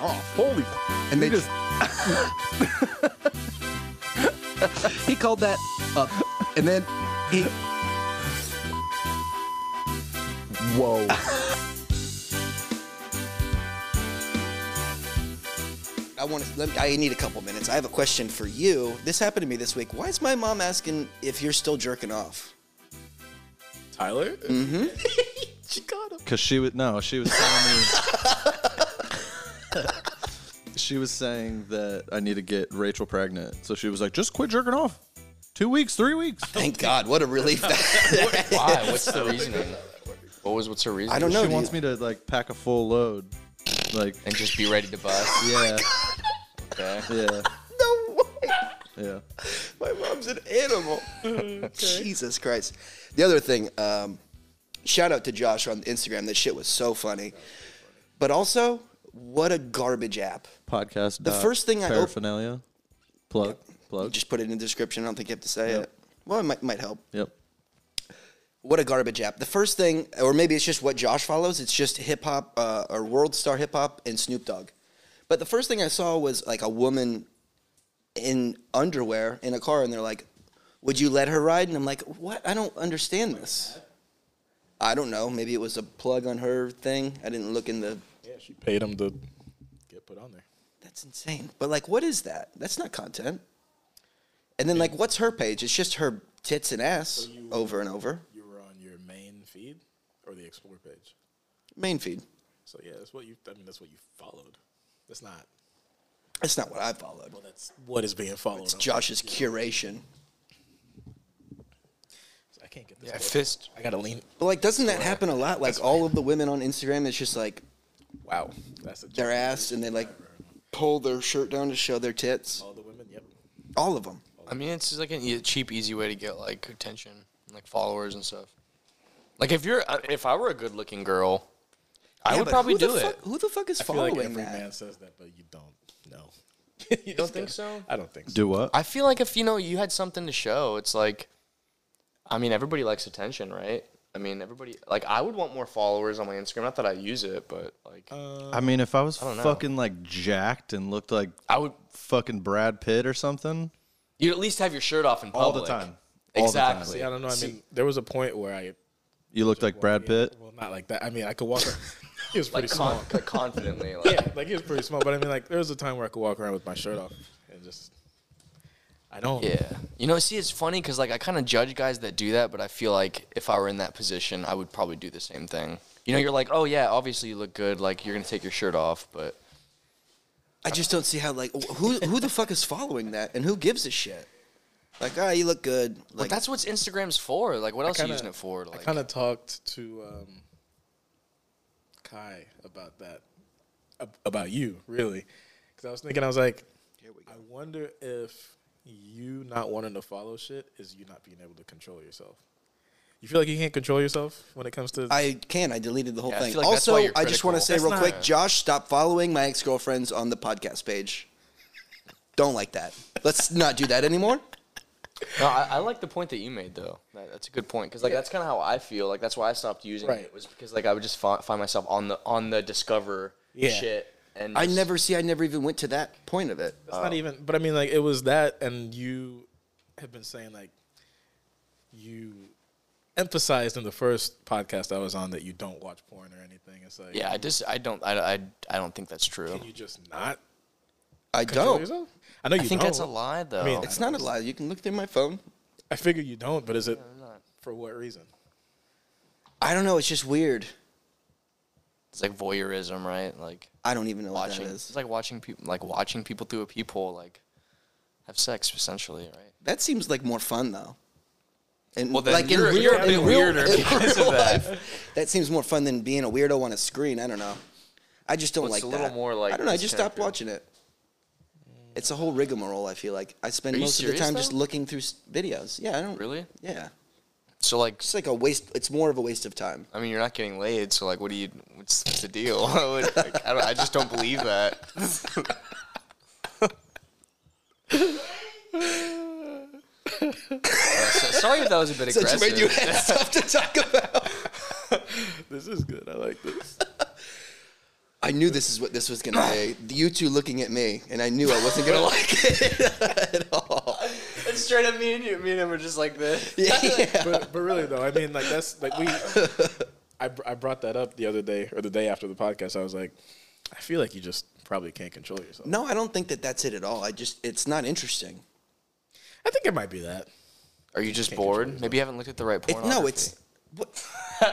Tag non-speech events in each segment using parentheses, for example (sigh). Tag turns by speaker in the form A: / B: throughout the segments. A: off. Oh, Holy. And they just. he called that up. And then he.
B: Whoa.
A: I want to. Let me, I need a couple minutes. I have a question for you. This happened to me this week. Why is my mom asking if you're still jerking off?
C: Tyler?
A: Mm. She got him.
B: Because she was no, she was telling me. (laughs) she was saying that I need to get Rachel pregnant, so she was like, "Just quit jerking off. Two weeks, three weeks."
A: Thank God. What a
B: (laughs)
A: relief.
D: (laughs) Why? What's the reasoning? What was what's her reason?
A: I don't know.
B: she
A: dude.
B: wants me to like pack a full load, like
D: And just be ready to bust.
B: yeah,
D: Okay.
B: yeah,
A: (laughs) No way.
B: yeah.
A: My mom's an animal. (laughs) Jesus Christ. The other thing, um, shout out to Josh on Instagram. That shit was so funny. But also, what a garbage app.
B: Podcast.
A: The
B: dot
A: first thing I op-
B: paraphernalia. plug plug.
A: Just put it in the description. I don't think you have to say
B: Yep.
A: it. Well, it might, might help.
B: Yep.
A: What a garbage app. The first thing, or maybe it's just what Josh follows, it's just hip hop uh, or world star hip hop and Snoop Dogg. But the first thing I saw was like a woman in underwear in a car, and they're like, Would you let her ride? And I'm like, What? I don't understand this. I don't know. Maybe it was a plug on her thing. I didn't look in the.
C: Yeah, she paid him to get put on there.
A: That's insane. But like, what is that? That's not content. And then, like, what's her page? It's just her tits and ass over and over.
C: You were on your main feed or the explore page.
A: Main feed.
C: So yeah, that's what you. I mean, that's what you followed. That's not.
A: That's not what I followed.
C: Well, that's what is being followed.
A: It's
C: on-
A: Josh's curation.
C: I can't get this.
D: Yeah,
C: logo.
D: fist.
C: I gotta lean.
A: But like, doesn't that happen a lot? Like all of the women on Instagram, it's just like
C: Wow, that's a
A: their ass, and they like pull their shirt down to show their tits.
C: All the women. Yep.
A: All of them.
D: I mean, it's just like a e- cheap, easy way to get like attention, like followers and stuff. Like if you're, uh, if I were a good-looking girl, I
A: Yeah,
D: would
A: but
D: probably
A: who the
D: do it.
A: fuck- who the fuck is
C: I feel like
A: following
C: every
A: that?
C: man says that, but you don't. No. (laughs) you
D: don't think so?
C: I don't think so.
B: Do what?
D: I feel like if you know you had something to show, it's like, I mean, everybody likes attention, right? I mean, everybody like I would want more followers on my Instagram. Not that I use it, but like
C: Uh,
B: I mean, if I was
D: don't know.
B: fucking like jacked and looked like
D: I would,
B: fucking Brad Pitt or something,
D: you'd at least have your shirt off in public
B: all the time. All the time.
D: Exactly.
C: See, I don't know. I mean, there was a point where I.
B: You looked like Brad Pitt.
C: Well, not like that. I mean, I could walk. (laughs) around- he was pretty
D: like,
C: small.
D: con- like confidently.
C: (laughs)
D: Like,
C: yeah, like he was pretty small. But I mean, like there was a time where I could walk around with my shirt off and just. I don't.
D: Yeah. You know, see, it's funny because like I kind of judge guys that do that, but I feel like if I were in that position, I would probably do the same thing. You know, you're like, oh yeah, obviously you look good. Like you're gonna take your shirt off, but
A: I just don't see how. Like, who who the fuck is following that, and who gives a shit? Like, ah, you look good.
D: but
A: Like,
D: that's what Instagram's for. Like, what else are you
C: kinda-
D: using it for?
C: I
D: Like,
C: kind of talked to um, Kai about that, ab- about you, really, because I was thinking, I was like, I wonder if you not wanting to follow shit is you not being able to control yourself. You feel like you can't control yourself when it comes to.
A: I can. I deleted the whole
D: Yeah, I
A: thing.
D: feel like that's
A: also,
D: why you're
A: I just want to say
D: critical. That's
A: real
C: not-
A: quick, Josh, stop following my ex girlfriends on the podcast page. Don't like that. Let's not do that anymore.
D: no, I, I like the point that you made though. That, that's a good point because like that's kind of how I feel. Like that's why I stopped using
C: Right.
D: it was because like I would just fi- find myself on the on the discover
C: Yeah.
D: shit. And
A: I
D: just-
A: never see. I never even went to that point of it. Uh,
C: It's
D: Um,
C: not even, but I mean, like it was that, and you have been saying like you emphasized in the first podcast I was on that you don't watch porn or anything. It's like,
D: Yeah, I just I don't I, I, I don't think that's true.
C: can you just not
A: I
C: control
A: don't.
C: yourself? I know you
D: I think
C: don't.
D: that's a lie though.
C: mean,
A: It's not a lie. You can look through my phone.
C: I figure you don't, but is it for what reason?
A: I don't know. It's just weird.
D: it's like voyeurism, right? Like
A: I don't even know
D: watching.
A: what that
D: It's
A: is.
D: like watching people, like watching people through a peephole, like have sex essentially, right?
A: That seems like more fun though. And
D: Well, then
A: like
D: you're-
A: in real,
D: you're a bit
A: in real-
D: weirder
A: (laughs) in
D: because
A: real
D: of that.
A: life, that seems more fun than being a weirdo on a screen. I don't know. I just don't
D: Well,
A: like
D: it's a little
A: that.
D: more, like,
A: I don't know. I just stopped
D: disconnected.
A: watching it. It's a whole rigmarole. I feel like I spend
D: Are you
A: most of the
D: serious,
A: time just
D: though?
A: looking through s- videos. Yeah, I don't
D: Really?
A: Yeah,
D: So like,
A: it's like a waste. It's more of a waste of time.
D: I mean, you're not getting laid, so like, what do you? What's, what's the deal? (laughs) I would- like, I, don't, I just don't believe that. (laughs) Uh, so- sorry if that was a bit
A: Such made you (laughs)
D: aggressive.
A: had stuff to talk about.
C: This is good. I like this.
A: I knew this is what this was gonna (clears throat) be. You two looking at me, and I knew I wasn't (laughs) gonna like it at all.
D: It's straight up me and you. Me and him are just like this.
A: Yeah.
C: but, but really though, I mean, like that's like we. I, br- I brought that up the other day or the day after the podcast. I was like, I feel like you just probably can't control yourself.
A: No, I don't think that that's it at all. I just it's not interesting.
C: I think it might be that.
D: (laughs) Are you just bored? Maybe you haven't looked at the right
A: It,
D: porn.
A: no, it's what? (laughs)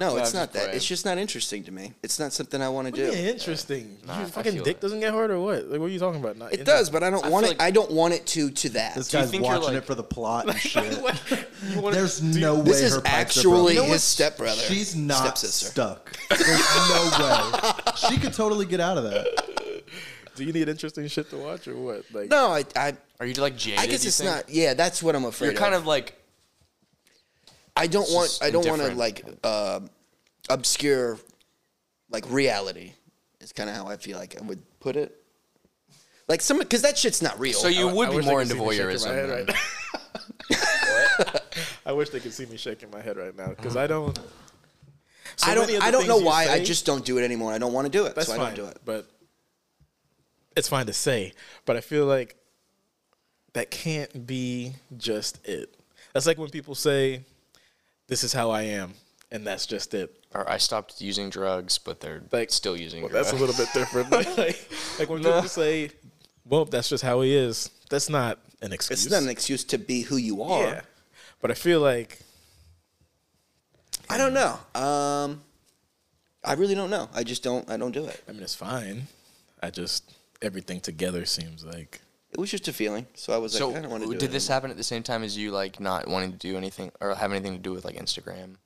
A: no, it's
D: I'm
A: not
D: just
A: that.
D: playing.
A: It's just not interesting to me. It's not something I want to do.
E: (laughs)
C: Yeah, interesting.
D: Nah, I
C: Your fucking
D: feel
C: dick
D: it.
C: doesn't get hard or what? Like, what are you talking about? Not
A: It
C: interesting.
A: does, but I don't
D: I
A: want it.
D: feel like-
A: I don't want it to to that.
E: This
D: Do you
E: guy's
D: think you're,
E: watching
D: like-
E: it for the plot
B: (laughs)
E: and shit.
D: wanna-
E: There's no way.
A: This is
E: her pipes are
A: actually
E: broken.
A: his
E: what's-
A: stepbrother,
E: She's not
A: stepsister.
E: stuck. There's no way. She could totally get out of that.
C: Do you need interesting shit to watch or what? Like,
A: No, I I,
D: Are you like jaded?
A: I guess
D: you
A: it's
D: think?
A: not. Yeah, that's what I'm afraid
D: You're kind of like
A: I don't want.
D: just
A: I don't want to
D: indifferent.
A: like uh, obscure, like reality. Is kind of how I feel like I would put it. Like some, because that shit's not real.
D: So you
C: Oh, I
D: would be
C: wish they
D: more
C: could
D: into
C: see me shaking my
D: voyeurism.
C: head
D: then.
C: right (laughs) I wish they could see me shaking my head right now because I don't. So
A: I don't.
C: many of the
A: I don't
C: things
A: know
C: you
A: why. I
C: say-
A: just don't do it anymore. I don't want to do it,
C: that's
A: so
C: fine.
A: I don't do it.
C: But it's fine to say. But I feel like that can't be just it. That's like when people say, "This is how I am," and that's just it.
D: Or I stopped using drugs, but they're
C: Like-
D: still using
C: Well,
D: drugs.
C: that's a little bit different. (laughs) like, like, like when people say, "Well, that's just how he is." That's not an excuse.
A: It's not an excuse to be who you are.
C: Yeah. But I feel like
A: I don't know. Um, I really don't know. I just don't. I don't do it.
C: I mean it's fine. I just everything together seems like
A: It was just a feeling, so I was
D: so
A: like, I don't want to do
D: did
A: it.
D: this happen at the same time as you like not wanting to do anything or have anything to do with like Instagram?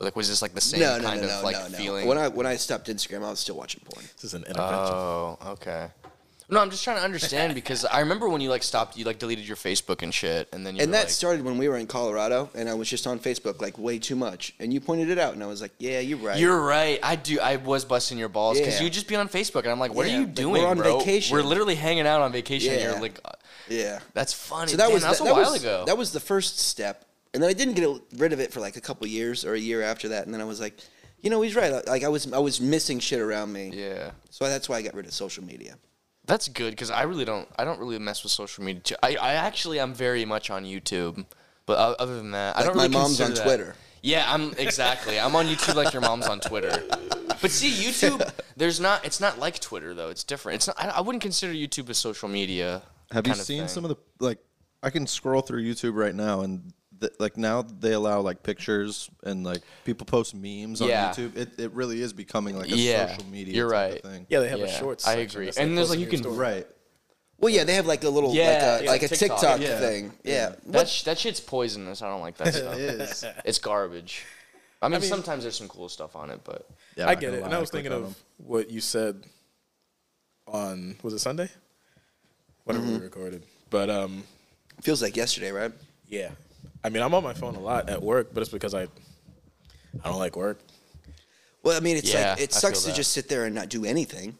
D: Like was this like the same
A: No, no,
D: kind
A: no,
D: of
A: no,
D: like
A: no, no.
D: feeling?
A: When I when I stopped Instagram, I was still watching porn.
C: this is an intervention.
D: oh, okay. No, I'm just trying
A: (laughs)
D: to understand because I remember when you like stopped, you like deleted your Facebook and shit, and then you
A: And
D: were,
A: that
D: like,
A: started when we were in Colorado, and I was just on Facebook like way too much. And you pointed it out, and I was like, "Yeah, you're right."
D: You're right. I do. I was busting your balls because
A: Yeah.
D: you just be on Facebook, and I'm like, "What
A: Yeah,
D: are you
A: like,
D: doing?
A: we're on
D: bro?
A: vacation.
D: We're literally hanging out on vacation.
A: Yeah.
D: You're like, uh,
A: yeah.
D: that's funny.
A: So that
D: Damn,
A: was
D: that was
A: that,
D: a
A: that
D: while
A: was-
D: ago.
A: That was the first step, and then I didn't get rid of it for like a couple years or a year after that. And then I was like, you know, he's right. Like I was I was missing shit around me.
D: yeah.
A: So that's why I got rid of social media.
D: That's good because I really don't. I don't really mess with social media. Too. I, I actually I'm very much on YouTube, but o- other than that, I
A: Like
D: don't
A: my
D: really
A: mom's
D: consider
A: on
D: that-
A: Twitter.
D: Yeah, I'm exactly. I'm on YouTube like your mom's on Twitter. But see, YouTube, there's not. It's not like Twitter though. It's different. It's not. I, I wouldn't consider YouTube a social media.
B: Have you
D: kind of
B: seen
D: thing.
B: some of the like? I can scroll through YouTube right now, and th- like now they allow like pictures and like people post memes
D: Yeah.
B: on YouTube. It, it really is becoming like a
D: Yeah,
B: social media.
D: you're
B: type of
D: right.
B: thing.
C: Yeah, they have a
D: Yeah,
C: short.
D: I
C: section
D: agree.
C: that's,
D: And there's, like, you
C: posting
D: can-
C: your story.
B: right.
A: Well, yeah, they have like a little
D: Yeah,
A: like a,
D: yeah,
A: like a
D: TikTok,
A: TikTok,
D: yeah.
A: thing. Yeah.
D: That, sh- that shit's poisonous. I don't
C: (laughs)
D: like that
B: It
D: stuff.
B: is.
D: It's garbage. I mean, sometimes there's some cool stuff on it, but
B: Yeah, I'm
C: I
B: not
C: get
B: gonna
C: it. And
B: lie,
C: I was
B: click
C: thinking
B: on
C: of
B: 'em.
D: (laughs)
C: what you said on was it Sunday? Whenever we recorded. But um
A: Feels like yesterday, right?
C: yeah. I mean I'm on my phone a lot at work, but it's because I I don't like work.
A: Well, I mean, it's
D: Yeah,
A: like it
D: I
A: sucks
D: feel
A: to
D: that.
A: just sit there and not do anything.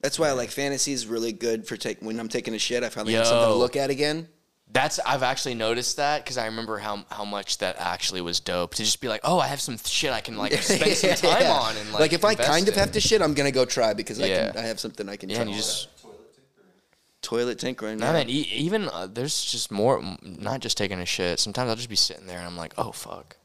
A: That's why I like fantasy is really good for take when I'm taking a shit. I finally have something to
D: Yo.
A: look at again.
D: That's I've actually noticed that because I remember how how much that actually was dope to just be like, oh, I have some shit I
A: (laughs)
D: can like spend some time
A: Yeah.
D: on and like.
A: if I
D: invest
A: kind of
D: in.
A: have to shit, I'm gonna go try because I
D: Yeah.
A: can. I have something I can.
D: yeah,
A: try.
D: and you just
A: toilet tinkering.
D: I
A: yeah.
D: mean, e- even uh, there's just more, m- not just taking a shit. Sometimes I'll just be sitting there and I'm like, oh fuck,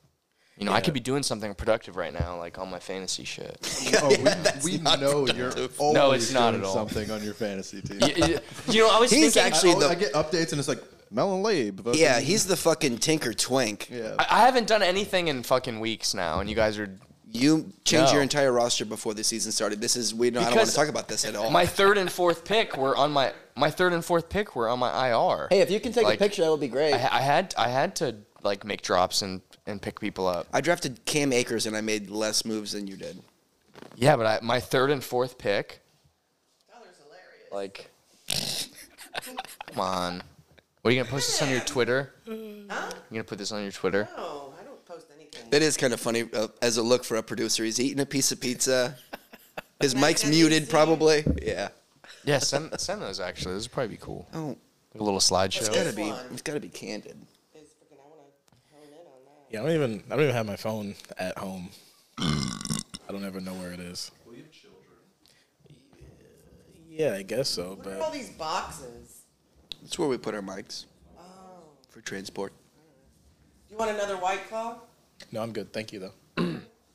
D: you know, I could be doing something productive right now, like on my
A: (laughs)
D: fantasy shit.
B: Oh, we, we know you're always
D: No, it's not
B: doing
D: at all.
B: something on your fantasy team.
D: Y- y- you know, I was
A: He's
D: thinking,
A: actually
B: I,
A: the-
B: I get updates and it's like Mel and Labe. voting-
A: yeah, he's the fucking tinker twink.
B: yeah.
D: I, I haven't done anything in fucking weeks now, and you guys are
A: You changed
D: No.
A: your entire roster before the season started. This is we. Don't, I don't want
D: Because
A: to talk about this at all.
D: my third and fourth pick were on my my third and fourth pick were on my IR.
A: hey, if you can take
D: Like,
A: a picture, that would be great.
D: I, I had I had to like make drops and and pick people up.
A: I drafted Cam Akers and I made less moves than you did.
D: Yeah, but I, my third and fourth pick. Like, come on. What are you gonna post this on your Twitter? You gonna put this on your Twitter?
F: No, I don't post anything.
A: That is kind of funny uh, as a look for a producer. He's eating a piece of
D: (laughs)
A: pizza. His
F: Nice
A: mic's
F: having
A: muted,
F: seen.
A: probably. Yeah.
D: Yeah, send send those actually. This would probably be cool.
A: Oh,
D: A little
A: it's gotta
D: slideshow.
F: This
A: be.
F: one.
A: It's gotta be candid.
F: It's freaking- I wanna hone in on that.
C: Yeah, I don't even I don't even have my phone at home. I don't ever know where it is. Well, you have children. Yeah, I guess so.
F: What are all
C: But
F: these boxes?
A: That's where we put our mics
F: Oh.
A: for transport.
F: You want another white claw?
C: no, I'm good. Thank you though.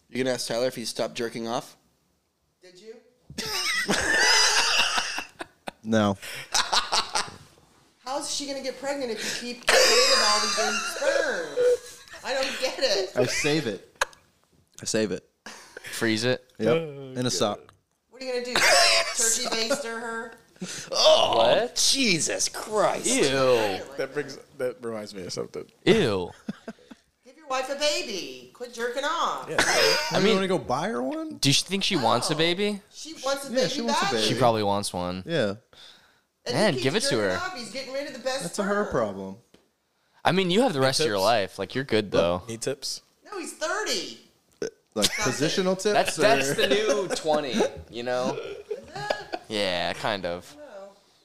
A: You gonna ask Tyler if he stopped jerking off?
F: Did you?
B: No.
F: How's she gonna get pregnant if you keep creating all these big sperms? I don't get it.
B: I save it. I save it.
D: Freeze it.
B: Yep. In a sock.
F: What are you gonna do? Turkey baster her?
D: What?
A: Jesus Christ!
D: Ew.
C: That brings that reminds me of something.
D: Ew.
F: Give your wife a baby. Quit jerking off.
B: I mean, you want to go buy her one?
D: Do you think she wants a baby?
F: She wants a
B: Yeah,
F: baby
B: she wants a
F: back.
B: baby.
D: She probably wants one.
B: Yeah.
F: And he
D: Man,
F: keeps
D: give it to
F: jerking
D: her.
F: Off. He's getting rid of the best.
B: That's a her
F: sperm.
B: problem.
D: I mean, you have the rest of your
C: tips?
D: life. Like you're good though.
C: Any tips?
F: No, he's thirty.
B: Like positional tips.
D: That's
B: or-
D: that's the new twenty. You know. (laughs) Yeah, kind of.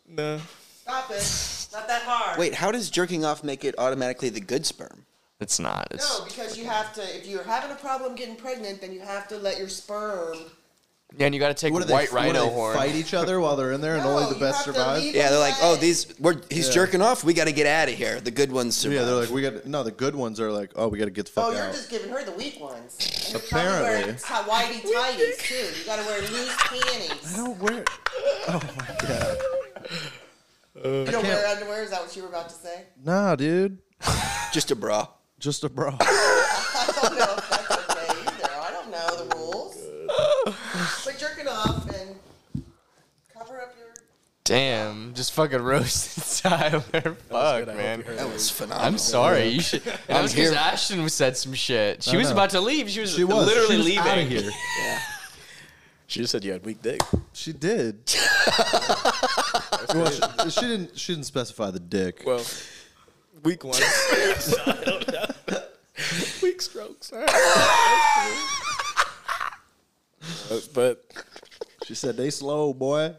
F: No,
C: No.
F: stop it. Not that hard.
A: Wait, how does jerking off make it automatically the good sperm?
D: It's not. It's
F: No, because you have to. If you're having a problem getting pregnant, then you have to let your sperm. oh,
D: yeah, and you got to take
B: What do they,
D: white
B: what do
D: rhino
B: they
D: horn.
B: fight each other while they're in there and
F: No,
B: only the
F: you
B: best
F: have to
B: survive?
F: leave
A: Yeah, they're like, oh,
F: Right.
A: these we're he's jerking off. We got to get out of here. The good ones survive.
B: Yeah, they're like, we got no. The good ones are like, oh, we got to get the fuck
F: Oh, you're
B: out.
F: just giving her the weak ones. And you're probably
B: Apparently.
F: wearing ti- (laughs) whitey tighties too. You gotta wear (laughs) loose panties.
B: I don't wear. Oh my god.
F: You don't wear underwear. Is that what you were about to say?
B: Nah, dude.
A: just a bra.
B: Just a
F: (laughs)
B: bra.
F: I don't know if that's okay either. I don't know the rules.
D: Oh,
F: But jerking off and cover up your.
D: Damn, just fucking (laughs) roasted Tyler. Fuck,
C: good. I hope you
D: man.
C: heard
A: That was phenomenal.
D: I'm sorry. You should. That was because
A: here.
D: Ashton said some shit. She
B: I
D: was
B: know.
D: about to leave. She was,
B: She was
D: literally
B: she was
D: leaving.
B: outta here.
C: She just said you had weak dick.
B: She did.
F: (laughs)
B: well, she, she didn't. She didn't specify the dick.
C: Well, weak (laughs) ones. weak strokes. (laughs) but, but
B: She said they slow, boy.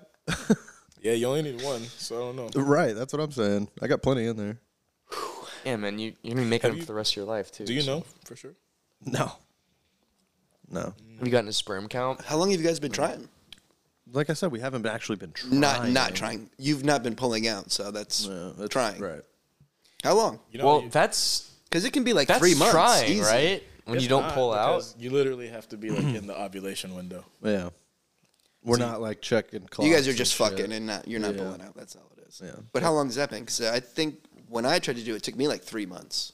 C: yeah, you only need one, so I don't know.
B: Right. That's what I'm saying. I got plenty in there.
D: Yeah, man. You you're gonna be making
C: Have
D: them
C: you-
D: for the rest of your life too.
C: Do you
D: so-
C: know for sure?
B: No. No.
D: Have you gotten a sperm count?
A: How long have you guys been trying?
B: Like I said, we haven't actually been trying.
A: Not not trying. You've not been pulling out, so that's,
B: Yeah, that's
A: trying.
B: Right.
A: How long?
C: You know,
D: well,
C: you-
D: that's
A: Because it can be like
D: that's
A: three months.
D: trying,
A: easy.
D: right? When
C: it's
D: you don't
C: not,
D: pull out.
C: because You literally have to be like in the ovulation window.
B: Yeah. We're not like checking. Clocks
A: You guys are just
B: and shit.
A: fucking, and not you're not
B: Yeah.
A: pulling out. That's all it is.
B: Yeah.
A: But how long has that been? Because I think when I tried to do it, it took me like three months.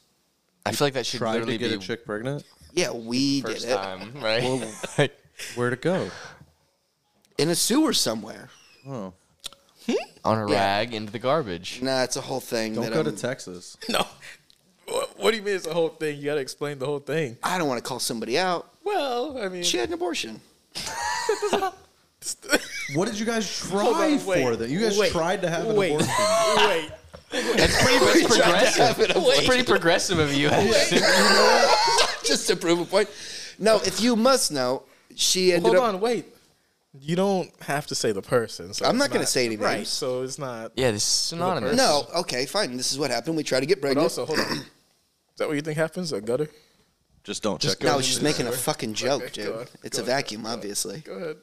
D: I feel like that should
B: Tried to
D: literally
B: get
D: be
B: a chick pregnant.
A: Yeah, we did
D: first
A: it
D: time, right?
B: Where'd it go?
A: (laughs) in a sewer somewhere.
B: Oh,
D: On a
A: Yeah.
D: rag into
B: (laughs)
D: the garbage.
A: Nah, it's a whole thing.
B: don't
A: that
B: go
A: I'm,
B: to Texas.
C: (clears throat) No. What, what do you mean it's the whole thing? You got to explain the whole thing.
A: I don't want to call somebody out.
C: Well, I mean,
A: She had an abortion.
B: What did you guys try
C: Hold on, wait,
B: for? That you guys
C: wait,
B: tried to have an
C: wait,
B: abortion. (laughs)
C: Wait,
D: That's
A: (laughs)
D: pretty that's progressive. It's pretty progressive of
B: (laughs)
D: you. Ashton.
A: (laughs) Just to prove a point. No, if you must know, she ended
C: hold
A: up.
C: on, wait. You don't have to say the person. So
A: I'm
C: it's
A: not gonna say any
C: Right,
A: names.
C: so it's not.
D: Yeah, this is synonymous.
A: No, okay, fine. This is what happened. We tried to get
C: But
A: pregnant.
C: also, (clears throat) hold on. Is that what you think happens? A gutter?
B: Just don't check.
A: no, I was just making a fucking joke,
C: Okay,
A: dude.
C: go on,
A: it's
C: go on,
A: a vacuum, obviously.
C: Go ahead.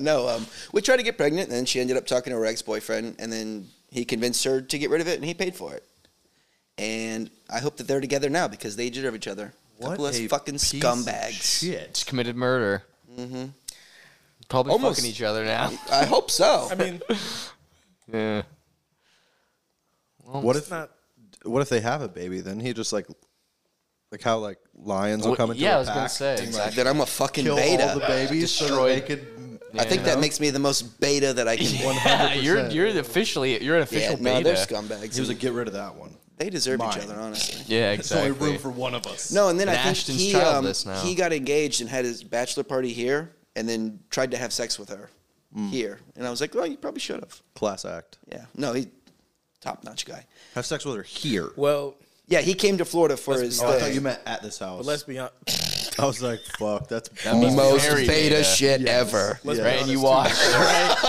A: no, um, we tried to get pregnant, and then she ended up talking to her ex boyfriend, and then he convinced her to get rid of it, and he paid for it. And I hope that they're together now because they deserve each other. Couple of fucking scumbags.
D: Just committed murder. Mm-hmm. Probably
A: Almost-
D: fucking each other now.
A: I hope so.
C: I mean,
D: Yeah.
B: What
C: it's
B: if
C: not.
B: What if they have a baby? Then he just like, like how like lions will
D: Well,
B: come into
D: yeah,
B: a
D: I was gonna
B: pack
D: say
B: and,
A: (laughs)
B: like,
D: exactly.
A: that I'm a fucking
B: kill
A: beta.
B: all the babies so that they
D: Destroyed.
B: could.
A: I think
D: Yeah.
A: that makes me the most beta that I can be.
D: Yeah, you're you're officially you're an
A: Yeah,
D: official
A: no, they're
D: beta.
A: scumbags.
B: He was like, get rid of that one.
A: they deserve
B: mine.
A: each other, honestly.
D: yeah,
B: There's
D: exactly.
B: only room for one of us.
A: No, and then
D: And
A: I think
D: Ashton's
A: he um,
D: childless now.
A: he got engaged and had his bachelor party here, and then tried to have sex with her
D: Mm.
A: here. And I was like, well, you probably should have.
B: Class act.
A: Yeah, no, he's top notch guy.
B: Have sex with her here.
C: Well,
A: Yeah, he came to Florida for his
B: Oh, I thought
A: thing.
B: you meant at this house.
C: but let's be on.
B: I was like, fuck, that's
D: must be
A: most
D: Very
A: beta,
D: beta.
A: shit ever.
C: Let's
D: right,
C: be
D: and you watch.
C: honest,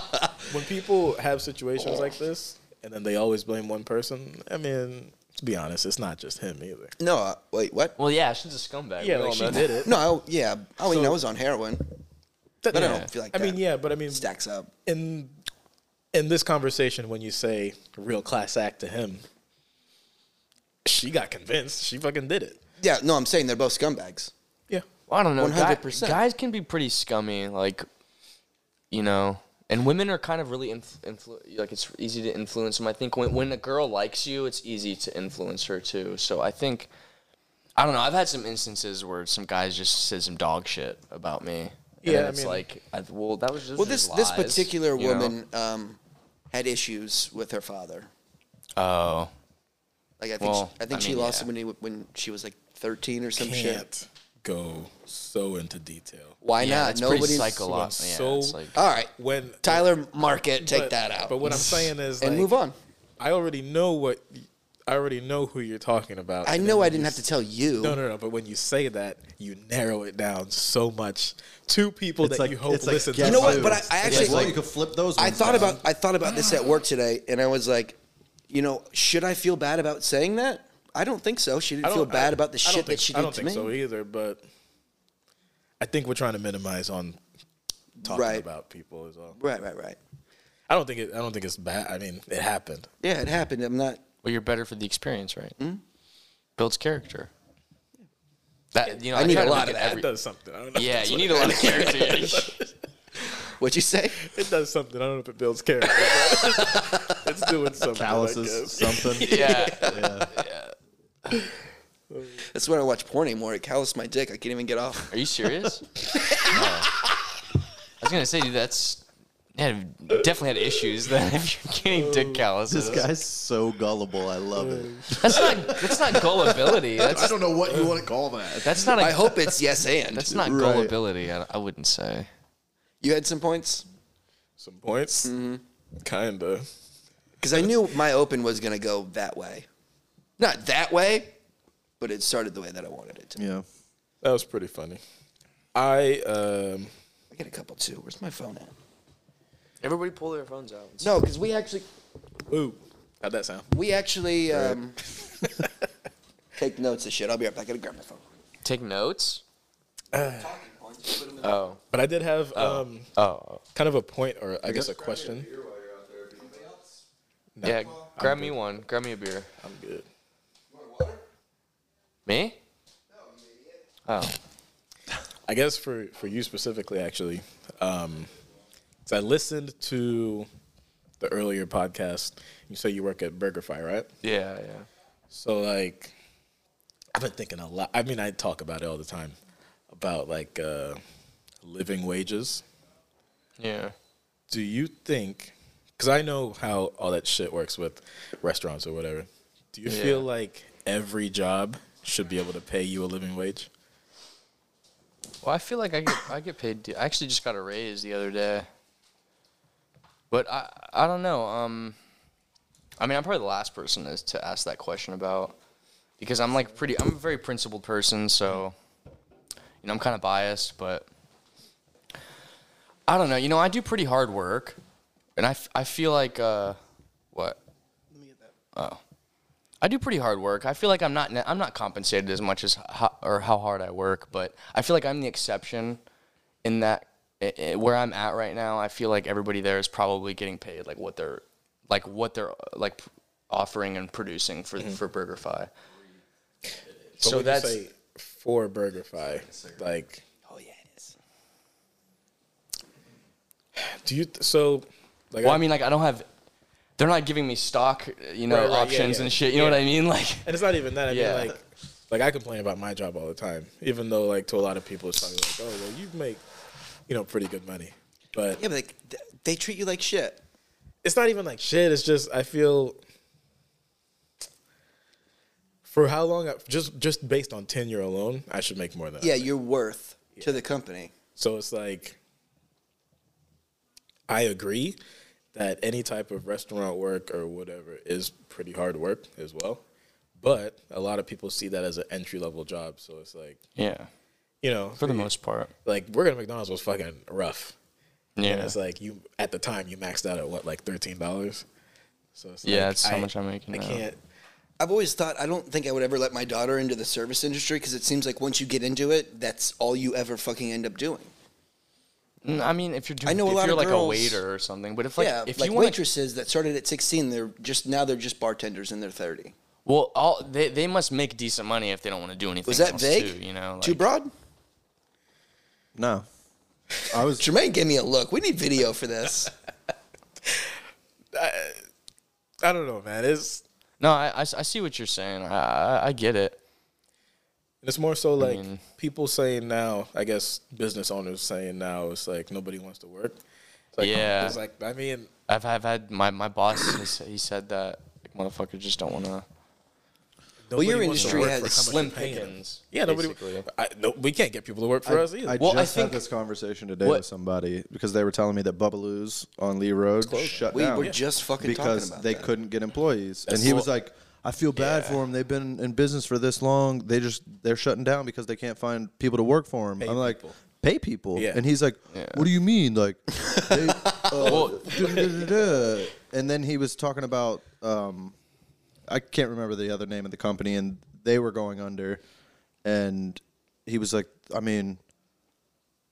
C: (laughs) too. When people have situations like this, and then they always blame one person. I mean, to be honest, it's not just him either.
A: No, uh, wait, what?
D: Well, yeah, she's a scumbag.
C: Yeah,
D: We
C: like
D: all
C: she
D: know
C: did
D: that.
C: it.
A: No, I, yeah. I mean, I was on heroin, but I
D: yeah.
A: don't feel like
C: I mean,
A: that
C: yeah, but I mean,
A: stacks up.
C: in in this conversation, when you say real class act to him, she got convinced. She fucking did it.
A: Yeah, no, I'm saying they're both scumbags.
C: Yeah.
D: Well, I don't know. guy-
A: 100%.
D: guys can be pretty scummy, like, you know, and women are kind of really inf- influ- like it's easy to influence them. I think when when a girl likes you, it's easy to influence her too. So I think, I don't know. I've had some instances where some guys just said some dog shit about me. And
C: Yeah,
D: then
C: I
D: it's
C: mean-
D: like, I, well, that was just
A: Well, this
D: just
A: this
D: lies,
A: particular
D: you know?
A: woman um, had issues with her father.
D: Oh,
A: Like I think
D: Well,
A: she, I think
D: I
A: she
D: mean,
A: lost
D: yeah.
A: him when, he, when she was like 13 or some shit.
C: Can't go so into detail.
A: Why
D: yeah,
A: not?
D: It's pretty
A: Nobody's
D: psychological. Yeah,
C: so-
D: it's like,
A: All right,
C: When
A: Tyler, mark it. Take
C: but-
A: that out.
C: But what I'm saying is,
A: and
C: like,
A: move on.
C: I already know what I already know who you're talking about.
A: I
C: And
A: know
C: then
A: I
C: you
A: didn't have to tell you.
C: No, no, no. But when you say that, you narrow it down so much to people
B: It's
C: that
B: like-
C: you hope
B: it's like
C: listen. to
B: guess
A: You know what?
B: who.
A: But I,
B: It's
A: I
B: like,
A: actually
B: well, you could flip those.
A: I
B: ones
A: thought
B: down.
A: about I thought about this at work today, and I was like, you know, should I feel bad about saying that? I don't think so. She
C: I
A: didn't
C: don't
A: feel
C: I-
A: bad about the
C: I don't think-
A: shit that she
C: I
A: did
C: don't
A: to
C: think
A: me.
C: so either. But I think we're trying to minimize on talking
A: Right.
C: about people as well.
A: Right, right, right.
C: I don't think it. I don't think it's bad. I mean, it happened.
A: Yeah, it happened. I'm not.
D: well, you're better for the experience, right?
A: Hmm?
D: Builds character. That you know,
A: I need
D: try
A: a
D: to
A: lot
D: look
A: of
D: at
A: that.
C: It does something. I don't know.
D: Yeah, you need a lot of character. (laughs)
A: What'd you say?
C: It does something. I don't know if it builds character. but (laughs) it's doing something. I
B: calluses,
C: guess.
B: (laughs) something.
D: yeah.
A: That's when I watch porn anymore. It calloused my dick. I can't even get off.
D: Are you (laughs) serious? No. I was gonna say, dude, that's yeah, definitely had issues. Then if you're getting dick
B: This
D: calluses,
B: guy's so gullible. I love it.
D: that's not that's not gullibility.
C: (laughs)
D: That's
B: don't know what you want to call that.
D: that's not a
A: I hope it's yes and.
D: that's not
B: Right.
D: gullibility. I, I wouldn't say.
A: You had some points
C: Some points. Kinda.
A: because I knew my open was gonna go that way, not that way, but it started the way that I wanted it to.
B: Yeah.
C: That was pretty funny. I um.
A: I get a couple too. Where's my phone at?
D: Everybody pull their phones out.
A: No, because we actually
C: Ooh. How'd that sound?
A: we actually um, (laughs) take notes of shit. I'll be right back. I gotta grab my phone.
D: Take notes. Oh.
C: But I did have um
D: Oh.
C: kind of a point or I guess a question.
D: Yeah. Grab me one. Grab me a beer.
C: I'm good.
D: Me? Oh.
C: I guess for for you specifically, actually, um, 'cause I listened to the earlier podcast. You say you work at BurgerFi, right?
D: Yeah. Yeah.
C: So like, I've been thinking a lot. I mean, I talk about it all the time about like uh, living wages.
D: Yeah.
C: Do you think? Because I know how all that shit works with restaurants or whatever. Do you feel like every job should be able to pay you a living wage?
D: Well, I feel like I get I get paid. de- I actually just got a raise the other day. But I I don't know. Um, I mean, I'm probably the last person is to ask that question about because I'm like pretty. I'm a very principled person, so you know I'm kind of biased, but I don't know. You know, I do pretty hard work, and I, f- I feel like uh, what? I do pretty hard work. I feel like I'm not I'm not compensated as much as how, or how hard I work, but I feel like I'm the exception in that i i where I'm at right now. I feel like everybody there is probably getting paid like what they're like what they're like offering and producing for for BurgerFi.
C: But
D: So
C: when you
D: that's
C: say for BurgerFi. Like,
A: Oh yeah, it is.
C: do you so? Like,
D: well, I mean, like I don't have. They're not giving me stock, you know,
C: Right, right, yeah,
D: options
C: yeah.
D: and shit. You know what I mean? (laughs) Like,
C: and it's not even that. I
D: Yeah.
C: mean, like, like I complain about my job all the time, even though like to a lot of people it's probably like, oh well, you make, you know, pretty good money, but
A: Yeah, but like th- they treat you like shit.
C: it's not even like shit. It's just I feel for how long I, just just based on tenure alone, I should make more than I
A: Yeah, your worth to the company.
C: So it's like, I agree that any type of restaurant work or whatever is pretty hard work as well. But a lot of people see that as an entry level job. So it's like,
D: yeah,
C: you know,
D: for the most part.
C: like working at McDonald's was fucking rough. And
D: Yeah,
C: it's like you at the time you maxed out at what like thirteen dollars. So it's
D: yeah,
C: like,
D: that's how much I'm making.
C: I
D: now.
C: can't.
A: I've always thought I don't think I would ever let my daughter into the service industry because it seems like once you get into it, that's all you ever fucking end up doing.
D: Mm, I mean, if you're doing,
A: I know a
D: if
A: lot
D: you're
A: of
D: like a
A: girls-
D: waiter or something, but if like
A: yeah,
D: if
A: like
D: you want to
A: waitresses that started at 16, they're just now they're just bartenders in their 30.
D: Well, all they, they must make decent money if they don't want to do anything.
A: Was that
D: else
A: vague?
D: Too, you know,
A: Too
D: like-
A: broad?
B: No, I was
A: Jermaine gave me a look. We need video for
D: (laughs)
A: this.
C: I don't know, man. It's
D: No, I, I s- I see what you're saying. I, I, I get it.
C: it's more so like
D: mean-
C: people saying now. I guess business owners saying now it's like nobody wants to work. It's like,
D: Yeah.
C: It's like I mean,
D: I've I've had my my boss. He, s- he said that like, motherfuckers just don't want to.
A: Well, your
C: nobody wants to
A: industry
C: work
A: has
C: for how much
D: slim
C: you're paying them.
D: pickings,
C: Yeah, nobody.
D: basically.
C: I, no, we can't get people to work for us either.
B: I
D: Well, I
B: just
D: think-
B: had this conversation today
D: what-
B: with somebody because they were telling me that Bubbaloo's on Lee Road shut
A: We
B: down
A: were just fucking
B: because
A: talking about
B: they
A: that.
B: couldn't get employees, and he was like, "I feel bad for them. They've been in business for this long. They just they're shutting down because they can't find people to work for them." I'm like,
C: people.
B: "Pay people,"
C: Yeah.
B: and he's like, "What do you mean, like?" They, uh, da-da-da-da-da." (laughs) and then he was talking about um, I can't remember the other name of the company, and they were going under, and he was like, I mean,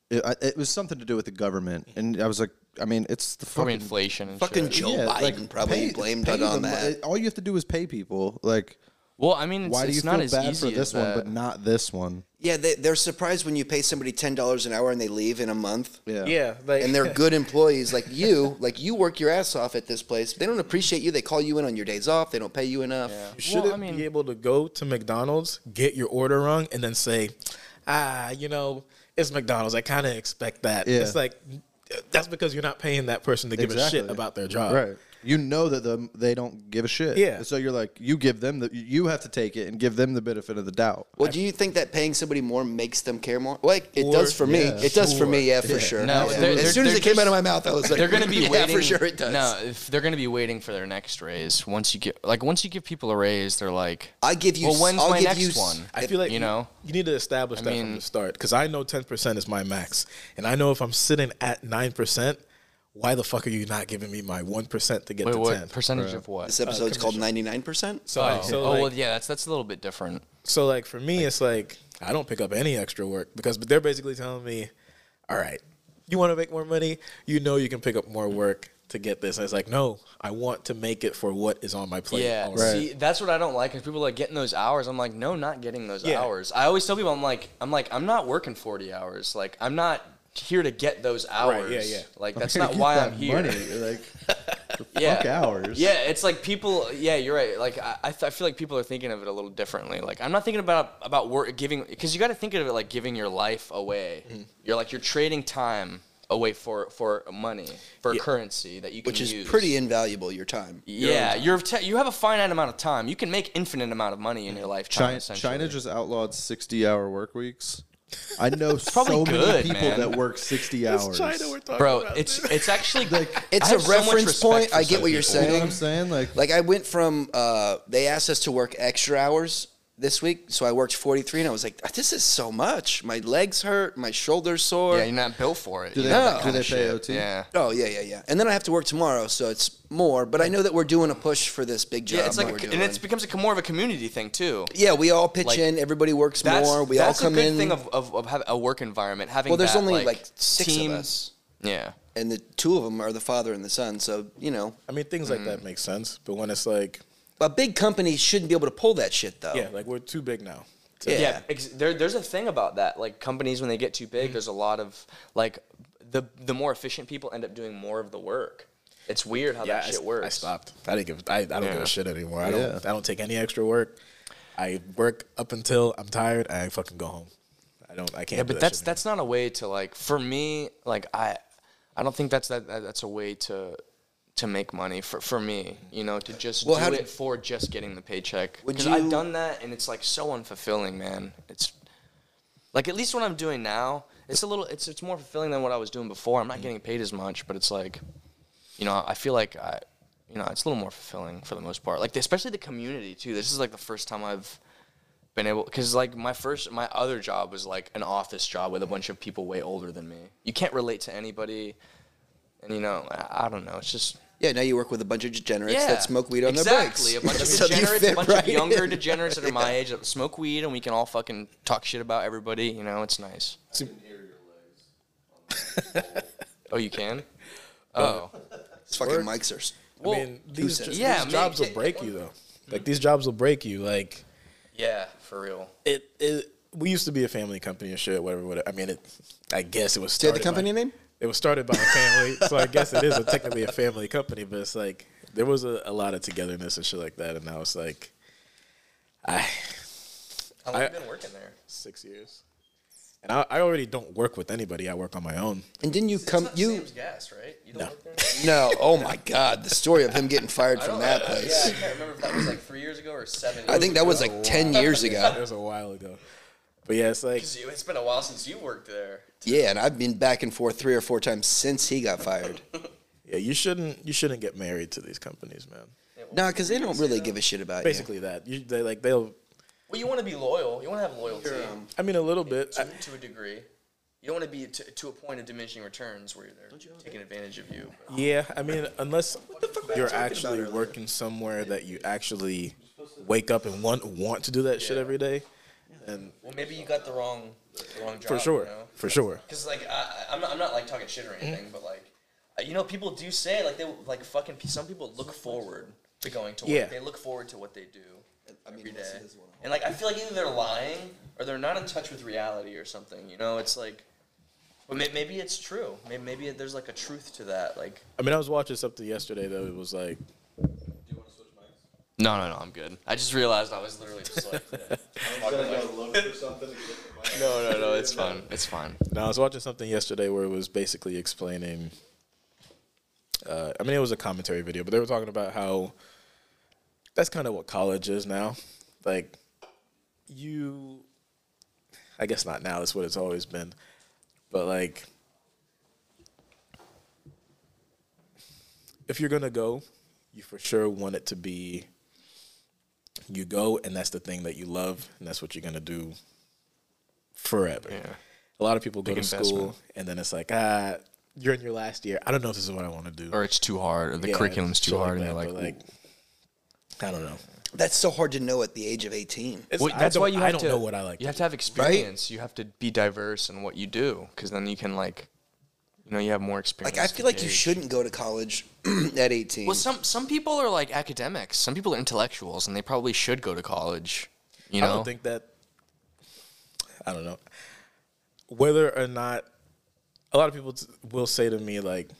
B: it, I- it was something to do with the government, and I was like, I mean, it's the
D: Probably
B: fucking
D: inflation and
A: Fucking
D: shit.
A: Joe
B: yeah,
A: Biden
B: like,
A: probably
B: pay-
A: blamed
B: pay
A: it on
B: them.
A: that.
D: uh,
B: It- All you have to do is pay people. Like,
D: Well, I mean, it's,
B: why do
D: it's
B: you
D: not
B: feel
D: as
B: bad for
D: easy
B: this
D: as
B: one
D: that.
B: but not this one?
A: Yeah, they, they're surprised when you pay somebody ten dollars an hour and they leave in a month.
B: Yeah,
C: yeah, like (laughs)
A: And they're
D: (laughs)
A: good employees like you. Like you work your ass off at this place. They don't appreciate you. They call you in on your days off. They don't pay you enough.
C: You shouldn't
D: I mean-
C: be able to go to McDonald's, get your order wrong, and then say, ah, you know, it's McDonald's. I kind of expect that.
B: Yeah.
C: It's like, that's because you're not paying that person to give a shit
B: Exactly.
C: about their job.
B: right. You know that the, they don't give a shit.
C: Yeah.
B: So you're like, you give them the, you have to take it and give them the benefit of the doubt.
A: Well, do you think that paying somebody more makes them care more? Like it
C: Or-
A: does for me.
B: yeah,
A: it does for me. Yeah, for
B: Yeah.
A: sure.
D: No, they're-
A: as
D: they're-
A: soon as
D: they're
A: it came
D: just-
A: out of my mouth, I was like,
D: they're going to be
A: (laughs) yeah,
D: waiting
A: for sure. It does.
D: No, if they're going to be waiting for their next raise. Once you get like once you give people a raise, they're like,
A: I give you.
D: Well, when's
A: will
D: my
A: give
D: next
A: you, s-
D: one?
C: I feel like
D: you know?
C: you need to establish that
D: mean-
C: from the start because I know 10% is my max. And I know if I'm sitting at 9%, why the fuck are you not giving me my 1% to get
D: wait,
C: to
D: what
C: 10?
D: percentage of what?
A: This episode's called ninety nine percent.
C: So,
D: oh,
C: like, so,
D: oh,
C: like,
D: well, yeah, that's that's a little bit different.
C: so like for me, it's like I don't pick up any extra work because but they're basically telling me, all right, you want to make more money, you know you can pick up more work to get this. And it's like, no, I want to make it for what is on my plate.
D: Yeah,
C: already.
D: see, that's what I don't like. Is people like getting those hours? I'm like, no, not getting those
C: Yeah.
D: hours. I always tell people, I'm like, I'm like, I'm not working 40 hours. Like, I'm not here to get those hours.
C: yeah, yeah.
D: Like, that's not why I'm here. (laughs)
B: Like,
D: Yeah.
B: fuck hours.
D: Yeah, it's like people. Yeah, you're right. Like, I, I, th- I feel like people are thinking of it a little differently. Like, I'm not thinking about about work giving because you got to think of it like giving your life away. You're like you're trading time away for for money for
C: Yeah.
D: currency that you can
A: Which is
D: use.
A: pretty invaluable. Your time.
D: Yeah, you're te- you have a finite amount of time. You can make infinite amount of money in your lifetime.
B: China,
D: essentially.
B: China just outlawed 60 hour work weeks. I know
D: probably
B: so
D: good,
B: many people
D: man.
B: that work 60 hours.
C: It's China we're talking
D: bro.
C: about.
D: It's
A: (laughs)
D: it's actually
A: It's a
D: I have so much
A: reference
D: respect
A: point.
D: for
A: I get
D: some
A: what you're
D: people.
B: you know what
A: saying.
B: I'm saying? Like,
A: Like I went from uh, they asked us to work extra hours this week, so I worked 43, and I was like, "Ah, this is so much. My legs hurt, my shoulders sore.
D: yeah, you're not built for it.
B: do
D: you
B: they,
D: know,
A: No.
D: that
B: do
D: kinda
B: they pay
D: shit.
B: OT?
D: Yeah.
A: Oh yeah, yeah, yeah. And then I have to work tomorrow, so it's more. But I know that we're doing a push for this big job.
D: Yeah, it's like,
A: that
D: a,
A: we're
D: and it
A: doing.
D: becomes a, more of a community thing too.
A: yeah, we all pitch
D: like,
A: in. Everybody works
D: That's
A: more. We all
D: that's
A: come
D: a good
A: in,
D: thing of of, of have a work environment having.
A: Well, there's
D: that,
A: only,
D: like,
A: like, six of
D: team.
A: us.
D: Yeah,
A: and the two of them are the father and the son. So you know,
C: I mean, things like
D: Mm-hmm.
C: that make sense, but when it's like,
A: a big company shouldn't be able to pull that shit though.
C: yeah, like we're too big now. To,
A: Yeah.
D: yeah. ex- there, there's a thing about that. Like companies when they get too
C: Mm-hmm.
D: big, there's a lot of like the the more efficient people end up doing more of the work. It's weird how
C: yeah,
D: that
C: I,
D: shit works.
C: I stopped. I didn't give. I, I don't give
D: Yeah.
C: a shit anymore. I don't. I don't take any extra work. I work up until I'm tired. I fucking go home. I don't. I can't.
D: Yeah,
C: do
D: but
C: that
D: that's
C: shit
D: that's not a way to like for me like I I don't think that's that, that that's a way to to make money for for me you know to just
A: Well,
D: do
A: how
D: it
A: did-
D: for just getting the paycheck
A: Would
D: because I've
A: you-
D: done that and it's like so unfulfilling man it's like at least what I'm doing now it's a little it's it's more fulfilling than what I was doing before
A: Mm.
D: I'm not getting paid as much but it's like you know I feel like I you know it's a little more fulfilling for the most part like especially the community too this is like the first time I've been able because like my first my other job was like an office job with a bunch of people way older than me you can't relate to anybody and you know i, I don't know it's just
A: Yeah, now you work with a bunch of degenerates
D: Yeah,
A: that smoke weed on
D: exactly.
A: their
D: A bunch
A: breaks.
D: of
A: (laughs) So you
D: degenerates,
A: fit
D: a bunch
A: right
D: of younger
A: in.
D: degenerates that are
A: (laughs)
D: my age that smoke weed, and we can all fucking talk shit about everybody. You know, it's nice. (laughs) oh, you can. Oh,
A: These fucking mics are. s-
D: well,
C: I mean, these,
A: says
C: jo-
A: that?
C: these
D: Yeah, I mean,
C: jobs will
D: it-
C: break you though. Like these jobs will break you. Like
D: yeah, for real.
C: it, it. We used to be a family company and shit. Whatever. whatever. I mean, it. I guess it was.
A: Do
C: Started
A: you have the company
C: by,
A: name?
C: It was started by a
A: (laughs)
C: family, so I guess it is a, technically a family company. But it's like there was a, a lot of togetherness and shit like that, and now it's like
D: How long
C: I-
D: have you been working there?
C: six years. And I, I already don't work with anybody. I work on my own.
A: And didn't you come? You
D: Sam's Gas, right? You don't work
A: (laughs)
D: there.
A: no. Oh my God, the story of him getting fired
D: (laughs) I
A: from
D: don't
A: that
D: know.
A: place.
D: Oh, Yeah, I can't remember if that was like three years ago or seven.
A: I think that was like ten years ago.
D: (laughs)
C: It was a while ago. But yeah, it's like
D: it's been a while since you worked there.
A: Yeah, and I've been back and forth three or four times since he got fired.
C: yeah, you shouldn't you shouldn't get married to these companies, man.
A: No, because they don't really give a shit about you.
C: Basically that. You they like they'll
D: Well, you want to be loyal. You want to have loyalty
C: I mean a little bit.
D: to,
C: I-
D: to a degree. You don't want to be to, to a point of diminishing returns where they're taking advantage of you.
A: Uh,
C: yeah, I mean unless
A: fuck were you
C: you're
A: talking about
C: actually
A: earlier?
C: working somewhere that you actually wake up and want want to do that shit
D: Yeah.
C: every day. And
D: Well, maybe you got the wrong, the wrong job.
C: for sure. For sure.
D: Because like I, I- I'm not, I'm not like talking shit or anything, but like uh, you know, people do say like they like fucking pe- some people look forward to going to work.
C: Yeah.
D: They look forward to what they do
A: I mean,
D: every day.
A: unless it is one
D: And like I feel like either they're lying or they're not in touch with reality or something. You know, it's like. But may- maybe it's true. Maybe, maybe there's like a truth to that. Like
C: I mean I was watching something yesterday though, it was like (laughs)
D: No, no, no, I'm good. I just realized I was literally just (laughs) like. no, no, no, it's fine. It's fine.
C: No, I was watching something yesterday where it was basically explaining. Uh, I mean, it was a commentary video, but they were talking about how that's kind of what college is now. Like, you, I guess not now, that's what it's always been. But, like, if you're going to go, you for sure want it to be you go, and that's the thing that you love, and that's what you're going to do forever. A lot of people go
D: Big
C: to
D: investment.
C: school, and then it's like, ah, you're in your last year. I don't know if this is what I want to do.
D: Or it's too hard, or the
C: Yeah,
D: curriculum's too
C: shit
D: hard,
C: that,
D: and they're
C: but,
D: like,
C: I don't know.
A: That's so hard to know at the age of eighteen.
C: It's-
D: Well,
C: I
D: that's
C: don't-
D: why you
C: I
D: have
C: don't
D: to,
C: know what I like.
D: You have to have experience. You have to be diverse in what you do, because then you can like, you know, you have more experience.
A: Like I
D: to
A: feel like you
D: gauge.
A: shouldn't go to college (clears throat) at eighteen.
D: Well, some some people are like academics. Some people are intellectuals, and they probably should go to college. You know,
C: I don't think that. I don't know. Whether or not, a lot of people t- will say to me like,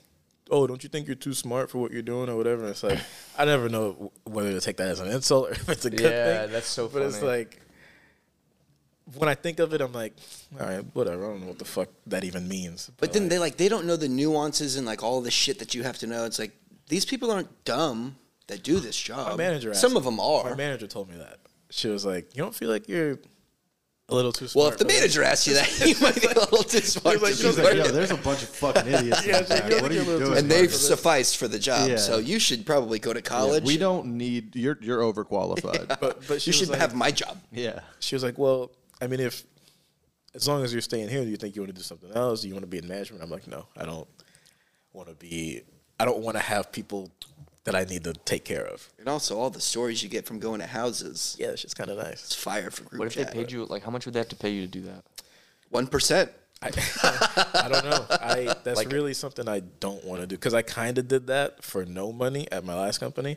C: "Oh, don't you think you're too smart for what you're doing or whatever?" It's like I never know w- whether to take that as an insult or (laughs) if it's a good
D: Yeah,
C: thing.
D: that's so
C: But it's
D: funny.
C: like when I think of it, I'm like, "All right, whatever." I don't know what the fuck that even means.
A: But then they like they don't know the nuances and like all the shit that you have to know. It's like these people aren't dumb that do this job.
C: My manager. asked
A: Um, Some
C: me-
A: of them are.
C: My manager told me that. She was like, "You don't feel like you're a little too smart."
A: well, if the
C: for this?"
A: manager asks you that, you might be a little too smart.
C: like,
A: to
C: she's
A: be
B: Like,
A: working.
B: yo,
D: (laughs)
B: there's a bunch of fucking idiots. in this town. What are you doing?
A: and they've sufficed for the job,
B: Yeah.
A: so you should probably go to college.
B: we don't need. You're you're
D: (laughs)
B: overqualified.
C: but but she
A: you
C: was
A: should
C: like,
A: have my job.
B: yeah.
C: She was like, "Well, I mean, if as long as you're staying here, do you think you want to do something else? Do you want to be in management?" I'm like, "No, I don't want to be. I don't want to have people that I need to take care of."
A: And also all the stories you get from going to houses.
C: Yeah, it's just kind of nice.
A: It's fire from group
D: What if they
A: chat.
D: paid you? Like, how much would they have to pay you to do that?
A: One percent.
C: I, I don't know. I that's really something I don't want to do because I kind of did that for no money at my last company.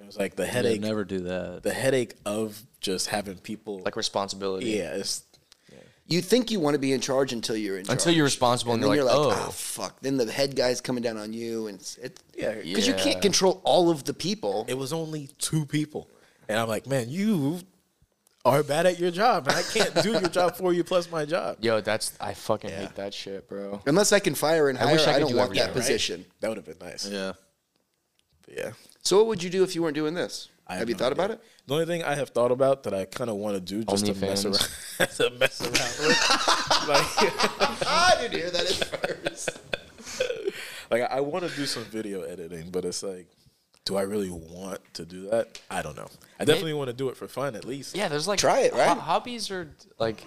C: It was like the
G: They
C: headache,
G: never do that.
C: the headache of just having people.
D: Like responsibility.
C: yeah, it's
A: You think you want to be in charge until you're in charge.
D: Until you're responsible, and,
A: then "Ah,
D: you're, like, oh,
C: "Ah,
A: fuck. Then the head guy's coming down on you, and it's it's
C: Yeah.
A: because you
D: Yeah.
A: can't control all of the people.
C: it was only two people. And I'm like, man, you are bad at your job, and I can't do your job for you plus my
A: (laughs)
C: job.
D: yo, that's I fucking hate that shit, bro.
A: Unless I can fire and hire, I,
D: wish I could
A: don't
D: do
A: want
D: everything,
A: that
D: right?
A: position.
C: That would have been nice.
B: Yeah.
C: But yeah.
A: So what would you do if you weren't doing this?
C: I
A: have you
C: no
A: thought about
C: idea. (laughs)
A: it?
C: The only thing I have thought about that I kind of want to do just to mess,
D: OnlyFans.
C: around, (laughs) to mess around with. like, (laughs)
A: I didn't hear that at first.
C: like, I want to do some video editing, but it's like, do I really want to do that? I don't know. I definitely want to do it for fun at least.
D: Yeah, there's like
A: Try it,
D: ho-
A: right?
D: hobbies are like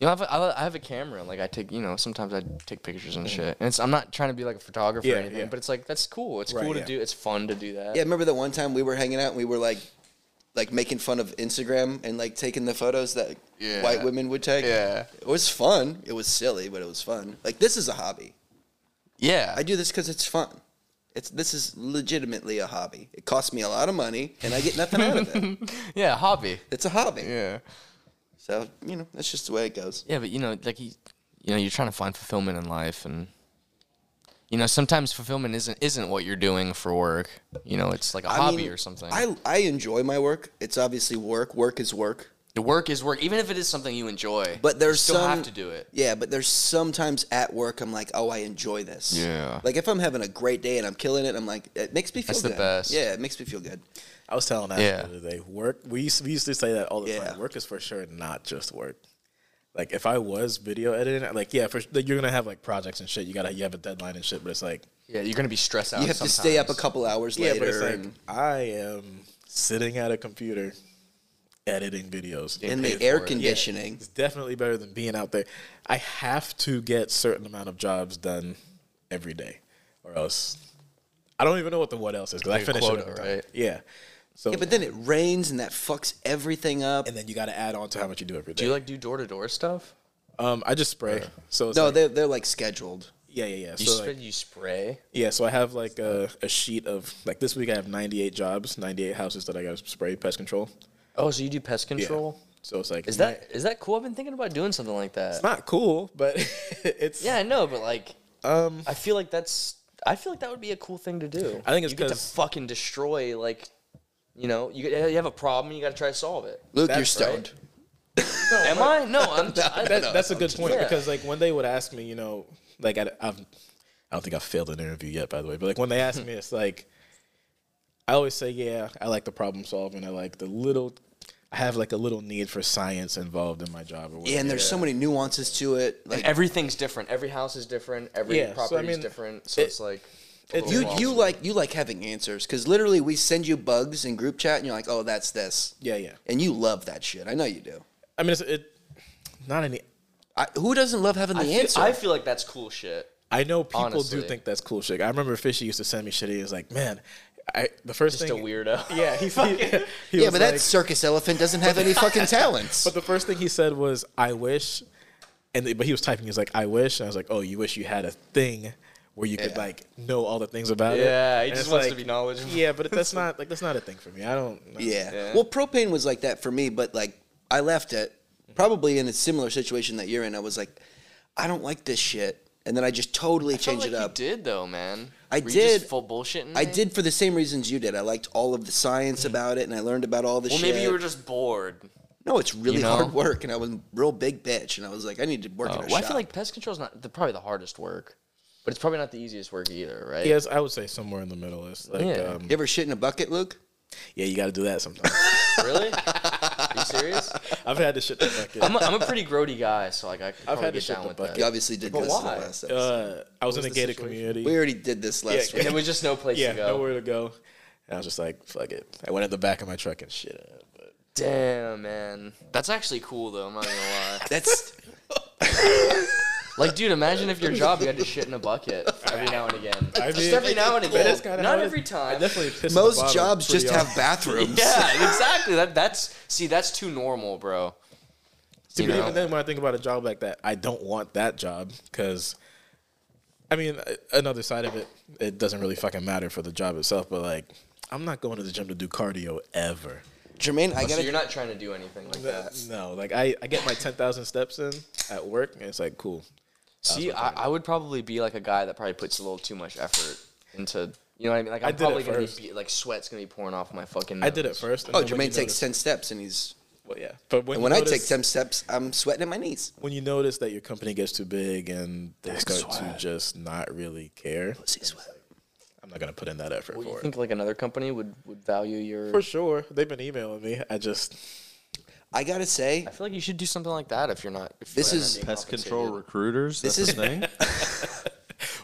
D: You know, I have, a, I have a camera. Like I take, you know, sometimes I take pictures
A: Mm.
D: and shit. And it's, I'm not trying to be like a photographer
C: Yeah,
D: or anything,
C: yeah.
D: but it's like that's cool. It's
C: Right,
D: cool
C: yeah.
D: to do. It's fun to do that.
A: Yeah, remember that one time we were hanging out and we were like, like making fun of Instagram and like taking the photos that
D: Yeah.
A: white women would take.
D: Yeah.
A: it was fun. It was silly, but it was fun. Like this is a hobby.
D: yeah.
A: I do this because it's fun. It's this is legitimately a hobby. It costs me a lot of money and I get nothing out of it.
D: yeah, hobby.
A: It's a hobby.
D: Yeah.
A: So you know that's just the way it goes.
D: Yeah, but you know, like you, you know, you're trying to find fulfillment in life, and you know, sometimes fulfillment isn't isn't what you're doing for work. You know, it's like a
A: I
D: hobby
A: mean,
D: or something.
A: I I enjoy my work. It's obviously work. Work is work.
D: the work is work, even if it is something you enjoy.
A: But there's
D: you still
A: some,
D: have to do it.
A: Yeah, but there's sometimes at work I'm like, oh, I enjoy this.
D: Yeah.
A: Like if I'm having a great day and I'm killing it, I'm like, it makes me feel
D: That's the
A: good.
D: best.
A: Yeah, it makes me feel good.
C: I was telling that
D: Yeah.
C: the other day. Work. We used, we used to say that all the
A: Yeah.
C: time. Work is for sure not just work. Like if I was video editing, like yeah, for like, you're gonna have like projects and shit. You gotta you have a deadline and shit, but it's like
D: Yeah, you're gonna be stressed out.
A: you have to stay up a
D: Oh, sometimes.
A: couple hours
C: yeah,
A: later.
C: but it's like
A: and
C: I am sitting at a computer editing videos.
A: in
D: pay
A: the
D: for
A: air
D: it. Yeah.
A: conditioning.
C: It's definitely better than being out there. I have to get certain amount of jobs done every day, or else I don't even know what the what else is because I
D: Like a
C: finish
D: quota,
C: it every time.
D: right?
C: Yeah. So
A: Yeah, but then it rains and that fucks everything up.
C: and then you got to add on to how much you do every day.
D: Do you like do door to door stuff?
C: Um, I just spray. So it's
A: No,
C: like,
A: they're, they're like scheduled.
C: yeah, yeah, yeah.
D: You
C: So
D: spray.
C: like,
D: you spray.
C: yeah, so I have like a, a sheet of like this week I have 98 jobs, 98 houses that I got to spray pest control.
D: Oh, so you do pest
C: Yeah.
D: control?
C: So it's like
D: Is that is that cool? I've been thinking about doing something like that.
C: it's not cool, but (laughs) it's
D: yeah, I know, but like,
C: Um,
D: I feel like that's. I feel like that would be a cool thing to do.
C: I think it's
D: you get to
C: 'cause-
D: fucking destroy like, you know, you you have a problem, you got to try to solve it.
A: Luke,
C: That's
A: you're stoned.
D: Am I? (laughs) No, I'm. I,
C: (laughs) that, that's a good point
D: Yeah.
C: because like when they would ask me, you know, like I, I've, I don't think I've failed an interview yet, by the way, but like when they
D: (laughs)
C: ask me, it's like I always say, yeah, I like the problem solving. I like the little, I have like a little need for science involved in my job or whatever.
A: Yeah, and there's so many nuances to it. Like
D: everything's different. Every house is different. Every
C: Yeah, so, I
D: property is
C: mean,
D: different. So
C: it-
D: it's like. a
C: it's-
D: little
A: you
D: lost.
A: you like you like having answers because literally we send you bugs in group chat and you're like, oh, that's this.
C: Yeah, yeah.
A: And you love that shit. I know you do.
C: I mean, it's, it not any.
A: I, who doesn't love having the
D: I
A: answer?
D: feel, I feel like that's cool shit.
C: I know people
D: Honestly.
C: do think that's cool shit. I remember Fishy used to send me shit. He was like, man, I the first
D: Just a
C: thing
D: weirdo.
C: (laughs)
D: (laughs)
C: Yeah, he, he, he
A: yeah,
C: was
A: but
C: like-
A: that circus elephant doesn't have any
D: (laughs)
A: fucking talents.
C: But the first thing he said was, "I wish," and but he was typing. He was like, "I wish," and I was like, "Oh, you wish you had a thing where you could
A: Yeah.
C: like know all the things about it."
D: Yeah, he
C: And
D: just
C: it's
D: wants to
C: like,
D: be knowledgeable.
C: Yeah, but that's
D: (laughs)
C: not like that's not a thing for me. I don't. know.
A: yeah.
D: Yeah.
A: Well, propane was like that for me, but like I left it probably in a similar situation that you're in. I was like, I don't like this shit, and then I just totally
D: Felt
A: changed
D: like
A: it up.
D: You did though, man.
A: I
D: Were you
A: did.
D: just full bullshitting.
A: I
D: me?
A: did for the same reasons you did. I liked all of the science about it, and I learned about all the
D: Well,
A: shit.
D: maybe you were just bored.
A: no, it's really
D: you know?
A: hard work, and I was a real big bitch, and I was like, I need to work.
D: Uh,
A: at a
D: well, I
A: shop.
D: feel like pest control is not the, probably the hardest work, but it's probably not the easiest work either, right?
C: Yes, I would say somewhere in the middle is like,
D: Yeah.
C: yeah, um,
A: you ever shit in a bucket, Luke?
C: yeah, you got to do that sometimes. (laughs)
D: Really? Are you serious?
C: I've had to shit uh, the bucket.
D: (laughs) I'm a, I'm a pretty grody guy, so like I could probably
C: had to
D: get
C: shit
D: down
C: the
D: with
C: bucket.
A: You
D: that.
A: obviously did
D: But
A: this in
D: why?
A: the last episode.
C: uh, I was in a
D: the
C: gated
D: situation?
C: community.
A: we already did this last
C: yeah.
A: week.
D: And there was just no place
C: yeah,
D: to go.
C: nowhere to go. And I was just like, fuck it. I went in the back of my truck and shit. But
D: Damn, man. That's actually cool though. I'm not gonna lie.
A: That's
D: (laughs) Like, dude, imagine if your job you had to shit in a bucket every now and again.
C: I mean,
D: just every now and again.
C: that's kinda
D: Not
C: how it-
D: every time.
C: I definitely pissed the
A: most
C: bottle
A: jobs
C: pretty
A: just
C: often.
A: have bathrooms.
D: (laughs) Yeah, exactly. That that's see, that's too normal, bro.
C: See,
D: You
C: but
D: know?
C: even then, when I think about a job like that, I don't want that job because, I mean, uh, another side of it, it doesn't really fucking matter for the job itself. But like, I'm not going to the gym to do cardio ever.
A: (laughs) Jermaine, I
D: So
A: gotta
D: you're not trying to do anything like that.
C: No, like I, I get my ten thousand steps in at work, and it's like cool.
D: See, I, I would probably be like a guy that probably puts a little too much effort into. You know what I mean? Like I'm
C: did it
D: probably gonna
C: first.
D: be be like sweat's gonna be pouring off my fucking.
C: I did it
D: nose.
C: first. and
A: Oh,
C: then when you
A: Jermaine takes
C: notice-
A: ten steps, and he's.
C: Well, yeah, but when
A: And
C: you
A: when I take
C: notice-
A: ten steps, I'm sweating at my knees.
C: when you notice that your company gets too big and they start to just not really care, I'm not gonna put in that effort
D: Well,
C: for
D: you
C: it.
D: think like another company would would value your?
C: for sure, they've been emailing me. I just
A: I gotta say,
D: I feel like you should do something like that if you're not. If
A: This
D: you're not
A: is
D: being
B: Pest
D: compensated.
B: control recruiters.
A: This
B: This
A: is-
B: is
D: (laughs)
B: thing.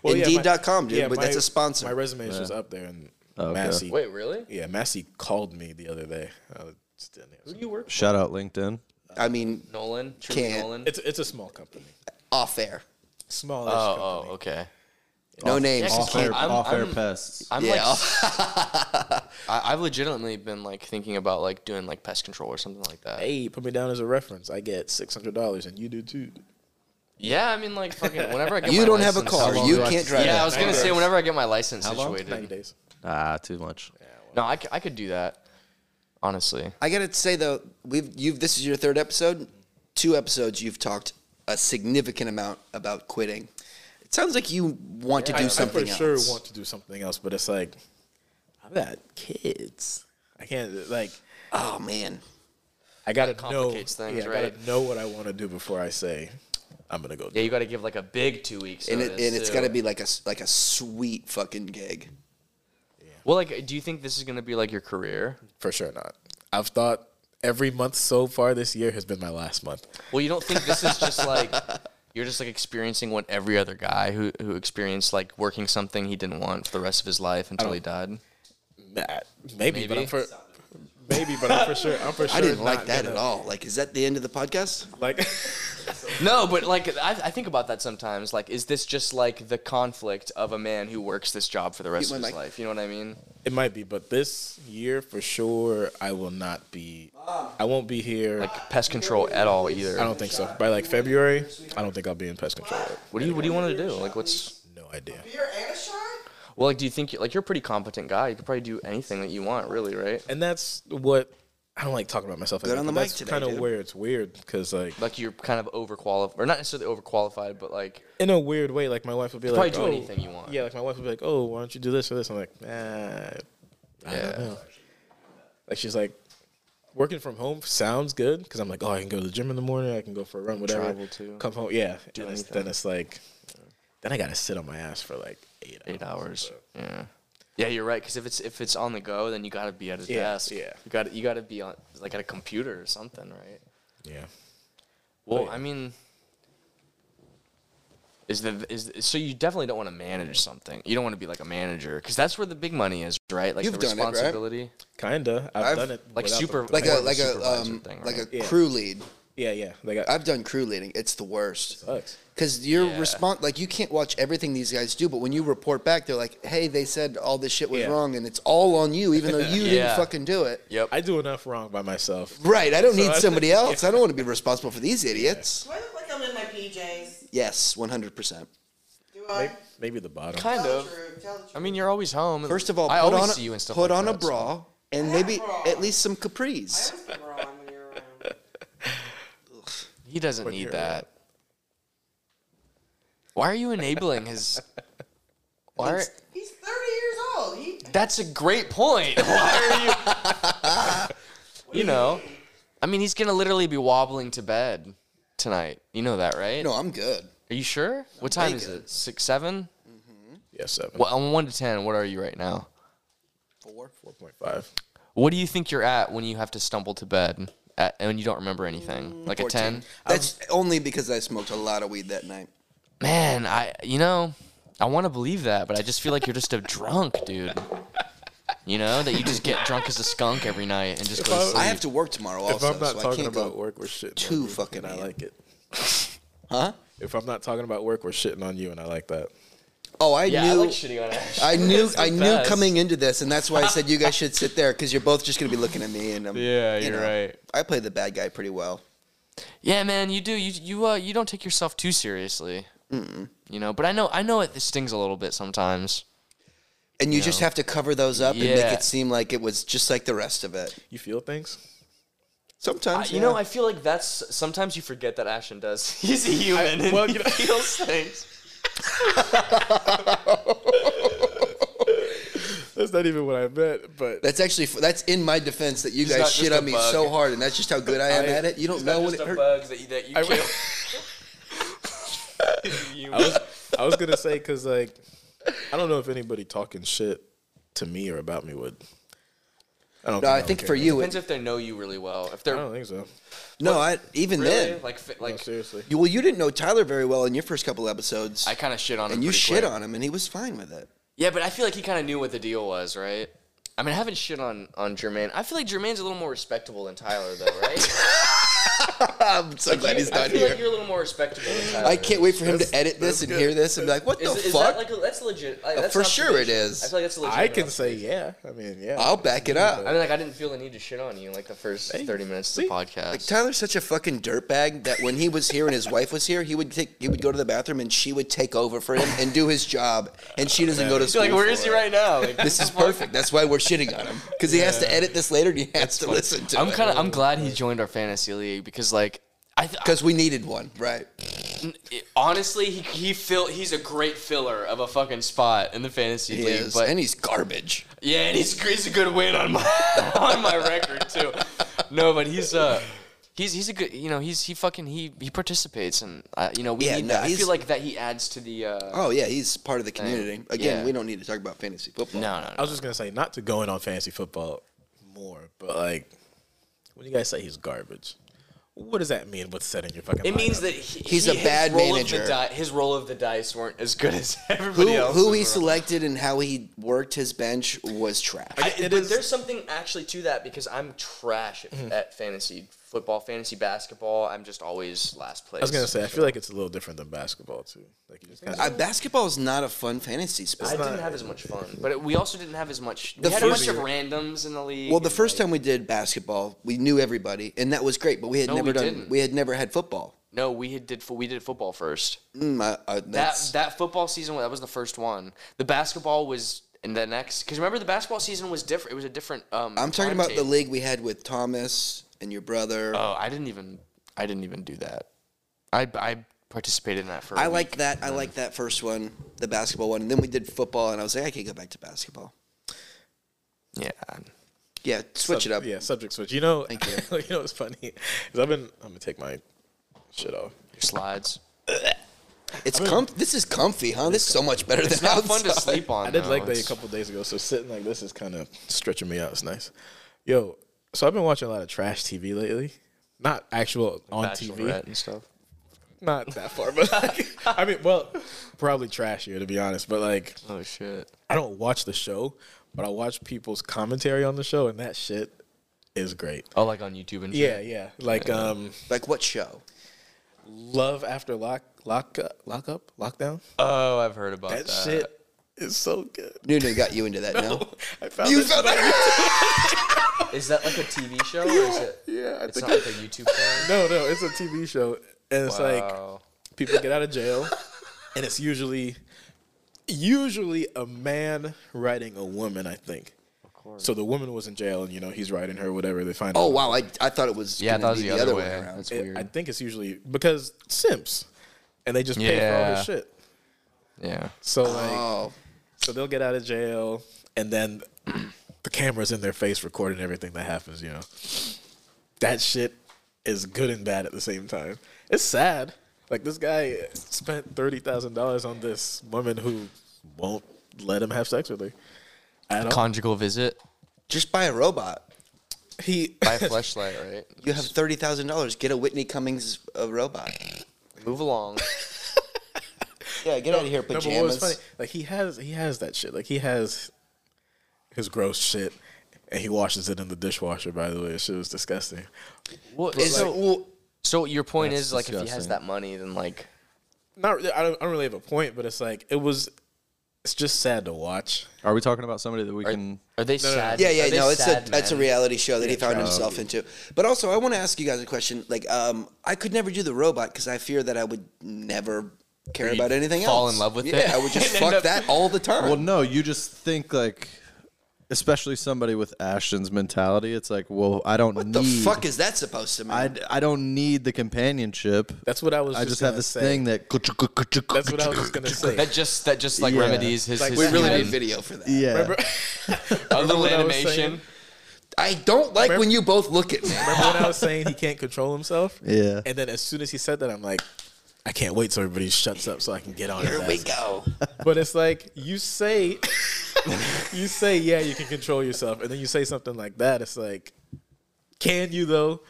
C: Well, yeah, my-
A: Indeed.com, dude, but that's
C: my-
A: a sponsor.
C: My resume is just up there, and
B: Okay.
C: Massey.
D: Oh, Wait, really?
C: Yeah, Massey called me the other day. I was just in there.
D: Who do you work?
B: Shout out LinkedIn.
A: I mean,
D: Nolan, Truly
A: Can't.
D: Nolan.
C: It's it's a small company,
A: off air.
C: small company.
D: oh, oh, okay.
A: No names.
D: Yeah,
A: you
B: Off air,
A: can't.
D: I'm-
B: off air
D: I'm-
B: pests.
D: I'm
A: Yeah,
D: like, (laughs)
A: off-
D: I, I've legitimately been like thinking about like doing like pest control or something like that.
C: Hey, put me down as a reference. I get six hundred dollars, and you do too.
D: Yeah, I mean like fucking whenever (laughs) I get
A: you
D: my
A: don't have a
D: license-
A: car.
E: long
A: You
E: do I-
A: can't drive.
D: Yeah, I
A: it.
D: was gonna say whenever I get my license
E: long?
C: Ninety
D: situated.
C: days.
E: Ah, too much.
D: No, I, c- I could do that. Honestly,
A: I gotta say though, we've you've this is your third episode. Two episodes you've talked a significant amount about quitting. It sounds like you want to do
C: I,
A: something
C: I for sure
A: else.
C: want to do something else, but it's like I've got kids. I can't like
A: oh man,
C: I gotta know
D: complicates things,
C: yeah, I
D: right?
C: gotta know what I want to do before I say I'm gonna go.
D: yeah, you got to give like a big two weeks.
A: and it,
D: notice,
A: and it's
D: too.
A: gotta be like a s- like a sweet fucking gig.
D: Well, like, do you think this is gonna be like your career?
C: For sure not. I've thought every month so far this year has been my last month.
D: Well, you don't think this is just (laughs) like you're just like experiencing what every other guy who who experienced like working something he didn't want for the rest of his life until he died.
C: Nah, maybe, but
D: Maybe.
C: I'm for maybe, but I'm for sure. I'm for sure.
A: (laughs) I didn't
C: not
A: like that
C: gonna-
A: at all. Like, is that the end of the podcast?
C: Like, (laughs)
D: No, but like I, I think about that sometimes. Like, is this just like the conflict of a man who works this job for the rest
A: Mute
D: of his
A: my mic.
D: life? You know what I mean?
C: it might be, but this year for sure, I will not be. I won't be here.
D: Like pest control at all either.
C: I don't think so. By like February, I don't think I'll be in pest control.
D: What do you What do you want to do? Like, what's
C: No idea.
F: Beer and a shot?
D: well? Like, do you think you like you're a pretty competent guy? You could probably do anything that you want, really, right?
C: And that's what I don't like talking about myself.
A: Good on the mic
C: that's
A: today,
C: Kind of
A: dude.
C: where it's weird because like
D: Like you're kind of overqualified, or not necessarily overqualified, but like
C: in a weird way, like my wife would be
D: probably
C: like,
D: do
C: oh,
D: anything you want.
C: Yeah, like my wife would be like, oh, why don't you do this or this? I'm like, nah,
D: yeah.
C: Like she's like, working from home sounds good because I'm like, oh, I can go to the gym in the morning, I can go for a run, whatever.
D: Travel too.
C: Come home, yeah.
D: Do
C: and it's,
D: anything.
C: then it's like, then I gotta sit on my ass for like eight,
D: eight hours. Yeah. Yeah, you're right. Because if it's if it's on the go, then you gotta be at a
C: Yeah,
D: desk.
C: yeah.
D: You got to you gotta be on like at a computer or something, right?
C: Yeah.
D: Well,
C: yeah.
D: I mean, is the is so you definitely don't want to manage something. You don't want to be like a manager because that's where the big money is, right? Like
A: You've
D: the
A: done it, right?
D: responsibility.
C: Kinda. I've,
A: I've-
C: done it.
D: Like
C: without the-
D: super-
A: Like
D: More
A: a
D: of a
A: like a
D: supervisor
A: um,
D: thing,
A: like
D: right?
A: a
C: Yeah.
A: crew lead.
C: yeah, yeah. Like I,
A: I've done crew leading. It's the worst.
C: sucks.
A: Because you're
D: Yeah.
A: respon like you can't watch everything these guys do, but when you report back, they're like, "Hey, they said all this shit was
C: Yeah.
A: wrong, and it's all on you, even though
D: (laughs)
A: you didn't
D: Yeah.
A: fucking do it."
D: Yep.
C: I do enough wrong by myself.
A: Right. I don't
C: I
A: need
C: think-
A: somebody else. I don't want to be responsible for these idiots.
F: Do I look like I'm in my PJs?
A: Yes, one hundred percent.
F: Do I?
C: Maybe, maybe the bottom.
D: kind
F: Tell the
D: of.
F: truth. Tell the truth.
D: I mean, you're always home.
A: First of all,
D: I
A: put
D: always
A: on a,
D: see you and stuff.
A: put
D: like
A: on a
D: that, so-
A: bra and
F: have
A: maybe
F: a bra.
A: at least some
F: I
A: capris.
F: always get wrong when you're around.
D: He doesn't
C: But
D: need
C: you're-
A: (laughs)
D: that. Why are you
A: (laughs)
D: enabling his? Why? Are,
F: He's 30 years old. He
D: That's a great point. (laughs) Why are
A: (laughs)
D: you? you know, I mean, he's gonna literally be wobbling to bed tonight. You know that, right?
A: No, I'm good.
D: Are you sure? What time is
A: bacon.
D: it? Six, seven?
A: Mm-hmm.
C: Yeah, seven.
D: Well, on one to ten, what are you right now?
A: Four.
C: Four point five.
D: What do you think you're at when you have to stumble to bed at, and you don't remember
A: Mm,
D: anything? Like a ten?
A: That's only because I smoked a lot of weed that night.
D: Man, I you know, I want to believe that, but I just feel like you're just a drunk, dude. You know that you just get drunk as a skunk every night and just go to
C: I-
D: sleep.
A: I have to work tomorrow
C: If
A: also,
C: I'm not
A: so I
C: talking
A: can't
C: about
A: go.
C: work, we're shitting.
A: too
C: on you,
A: fucking
C: and I
A: in.
C: like it.
A: (laughs) Huh?
C: If I'm not talking about work, we're shitting on you, and I like that.
A: Oh, I
D: yeah,
A: knew.
D: I like shitting on Ash.
A: I knew
D: It's the
A: I knew
D: best.
A: coming into this, and that's why I said you
D: (laughs)
A: guys should sit there because you're both just gonna be looking at me. And i
D: Yeah, you're right.
A: I play the bad guy pretty well.
D: Yeah, man, you do. You you uh you don't take yourself too seriously. You know, but I know I know it stings a little bit sometimes.
A: And you, just have to cover those up and make
D: Yeah.
A: it seem like it was just like the rest of it.
C: You feel things?
A: Sometimes
D: you know,
A: yeah.
D: I feel like that's sometimes you forget that Ashton does. (laughs) He's a human
C: well,
D: and
C: you know-
D: he (laughs) feels things.
C: That's not even what I meant, but
A: that's actually f- that's in my defense that you
D: not
A: guys
D: just
A: shit
D: a
A: on me
D: bug.
A: so hard, and that's just how good I am
C: I-
A: at it. You don't know when it hurt.
D: bugs that you, that you
C: kill.
A: (laughs)
D: (laughs)
C: I was, I was gonna say because like I don't know if anybody talking shit to me or about me would. I don't.
A: No, I
C: would
A: think
C: care.
A: for you,
D: Depends
A: it,
D: if they know you really well. If
C: I
D: they're
A: Oh,
C: don't think so.
A: no. I, even
D: really
A: then,
D: like fi-
C: Like
D: like
C: seriously,
A: you, well, you didn't know Tyler very well in your first couple episodes,
D: I kind of shit on him.
A: and you
D: pretty
A: shit
D: quick.
A: on him, and he was fine with
D: (laughs)
A: it.
D: Yeah, but I feel like he kind of knew what the deal was, right?
A: (laughs)
D: I mean, I haven't shit on on Jermaine. I feel like Jermaine's a little more respectable than Tyler, though, right?
A: I'm so glad he's (laughs)
D: I
A: not
D: feel like
A: here.
D: you're a little more respectable. Than Tyler.
A: I can't wait for him to edit this and hear this and be like, "What
D: Is,
A: the
D: is
A: fuck?"
D: that like a, that's legit? Like,
A: Uh,
D: that's
A: for
D: an
A: sure it
D: observation.
A: is.
D: I feel like that's a legit.
C: I can say yeah. I mean, yeah.
A: I'll back it
D: I
A: up.
D: mean, like I didn't feel the need to shit on you like the first
C: Hey,
D: thirty minutes
C: see?
D: of the podcast.
A: Like Tyler's such a fucking dirtbag that when he was here and his wife was here, he would take he would go to the bathroom and she would take over for him and do his job, and she doesn't go to
D: Be
A: school.
D: like, where
A: for
D: is he
A: it.
D: right now? Like,
A: This is perfect. That's why we're shitting on him because he has to edit this later and he has to listen to
D: (laughs) I'm
A: it.
D: kind of. I'm glad he joined our fantasy league because like I. Th-
A: because we needed one, right?
D: It- honestly, he he fill he's a great filler of a fucking spot in the fantasy
A: He
D: league.
A: is,
D: But
A: and he's garbage.
D: yeah, and he's, he's a good win on my (laughs) on my record too. No, but he's uh he's he's a good you know he's he fucking he he participates and uh, you know we
A: Yeah,
D: need
A: no,
D: that. I
A: he's-
D: feel like that he adds to the. Uh,
A: Oh yeah, he's part of the community. Again,
D: Yeah.
A: we don't need to talk about fantasy football.
D: No, no,
C: I
D: no.
C: was just gonna say not to go in on fantasy football more, but like when you guys say he's garbage, what does that mean? What's said in your fucking?
D: It means
C: lineup?
D: that he,
A: He's
D: he-
A: a
D: his
A: bad
D: roll of the
A: manager.
D: di- his roll of the dice weren't as good as (laughs)
A: Who,
D: everybody else.
A: who he selected and how he worked his bench was trash.
D: I,
C: It
D: but
C: is-
D: there's something actually to that because I'm trash at,
A: Mm-hmm.
D: at fantasy football, fantasy basketball. I'm just always last place.
C: I was gonna say I feel like it's a little different than basketball too. Like you just kind
A: I,
C: of
A: Uh, basketball is not a fun fantasy
D: I
A: sport.
D: didn't have as much
A: (laughs)
D: fun, but it, we also didn't have as much. We
A: The
D: had
A: first-
D: a bunch of randoms in the league.
A: Well, the
D: and,
A: first
D: like-
A: time we did basketball, we knew everybody, and that was great. But we had
D: No,
A: never
D: we
A: done.
D: didn't.
A: We had never had football.
D: no, we had did fo- we did football first.
A: Mm, I, I,
D: That
A: that's,
D: that football season that was the first one. The basketball was in the next because remember the basketball season was different. It was a different. Um,
A: I'm talking about the
D: timetable.
A: league we had with Thomas and your brother.
D: Oh, I didn't even I didn't even do that. I I participated in that for. a
A: I
D: week.
A: like that. I like that first one, the basketball one. And then we did football, and I was like, I can't go back to basketball.
D: Yeah.
A: Yeah, switch it up.
C: Yeah, subject switch. You know, (laughs)
A: Thank you.
C: you know what's funny is I've been. I'm gonna take my shit off.
D: Your slides.
A: It's com- This is comfy, huh? This is so much better
D: It's
A: than
D: not fun to
A: outside.
D: sleep on.
C: I did
D: though.
C: like that a
D: It's-
C: couple days ago, so sitting like this is kind of stretching me out. It's nice. Yo, so I've been watching a lot of trash TV lately. Not actual on TV.
D: Bachelorette and stuff.
C: (laughs) Not that far, but like,
A: (laughs)
C: I mean, well, probably trashier to be honest. But like,
D: Oh shit.
C: I don't watch the show, but I watch people's commentary on the show, and that shit is great.
D: Oh, like on YouTube and
C: Yeah, yeah. Like, um,
A: Like what show?
C: Love After Lock, Lock, uh, Lock Up, Lockdown.
D: Oh, I've heard about
C: That shit is so good.
A: Nunu got you into
C: (laughs)
A: that now.
C: I found
A: You
C: it-
A: found that?
D: Is that like
C: (laughs)
D: a TV show or is it?
C: Yeah, I
D: It's
C: think
D: not like a YouTube Oh. thing.
C: No, no, it's a TV show, and (laughs) it's like
D: Wow.
C: people get out of jail, and it's usually, usually a man writing a woman. I think. Of course. So the woman was in jail, and you know he's writing her, whatever they find.
A: Oh
C: out.
A: wow, I, I thought it was
D: yeah,
A: gonna
D: that was
A: be
D: the, other way.
A: around.
D: That's
C: It-
D: weird.
C: I think it's usually because simps, and they just pay for all
D: Yeah.
C: his shit.
D: yeah.
C: So like,
A: Oh,
C: so they'll get out of jail, and then the camera's in their face recording everything that happens. You know, that shit is good and bad at the same time. It's sad. Like this guy spent thirty thousand dollars on this woman who won't let him have sex with her. At all.
D: Conjugal visit
A: just buy a robot.
C: He (laughs)
D: by flashlight, right?
A: You have thirty thousand dollars. Get a Whitney Cummings uh, robot.
D: Move along.
A: Yeah, get out of here,
C: No, but what was
A: pajamas.
C: funny, like he has he has that shit. Like he has his gross shit, and he washes it in the dishwasher. By the way, shit was disgusting.
D: Well,
A: Is
D: so,
A: it- well,
D: so your point
C: That's
D: is like if he has
C: disgusting.
D: that money, then like
C: Not really- I don't, I don't really have a point, but it's like it was. It's just sad to watch.
B: Are we talking about somebody that we can?
D: are they sad?
A: yeah,
D: Are
A: yeah,
D: they
A: no, it's a
D: sad
A: that's a
D: men?
A: reality show that he found himself into. But also, I want to ask you guys a question. Like, um, I could never do the robot because I fear that I would never care about anything
D: fall
A: else.
D: in love with
A: yeah,
D: it
A: I would just
D: and
A: fuck
D: end up-
A: that all the time.
B: Well, no. You just think like, especially somebody with Ashton's mentality. It's like, well, I don't
A: what
B: need.
A: the fuck is that supposed to mean?
B: I, I don't need the companionship.
C: That's what I was.
B: I just
C: gonna
B: have this
C: say.
B: thing that.
C: That's what I was just gonna
A: (laughs)
C: say. (laughs)
D: That just that just like
B: Yeah.
D: remedies his,
C: Like,
D: his
A: we really
D: human-
A: need video for that.
B: Yeah.
D: a little
C: what I was
D: animation.
C: saying?
A: I don't like when you both look at me.
C: Remember when I was saying he can't control himself?
B: Yeah.
C: And then as soon as he said that, I'm like, I can't wait till everybody shuts up so I can get on. his
A: Here we
C: ass.
A: go.
C: But it's like you say, (laughs) you say, yeah, you can control yourself, and then you say something like that. It's like, can you though?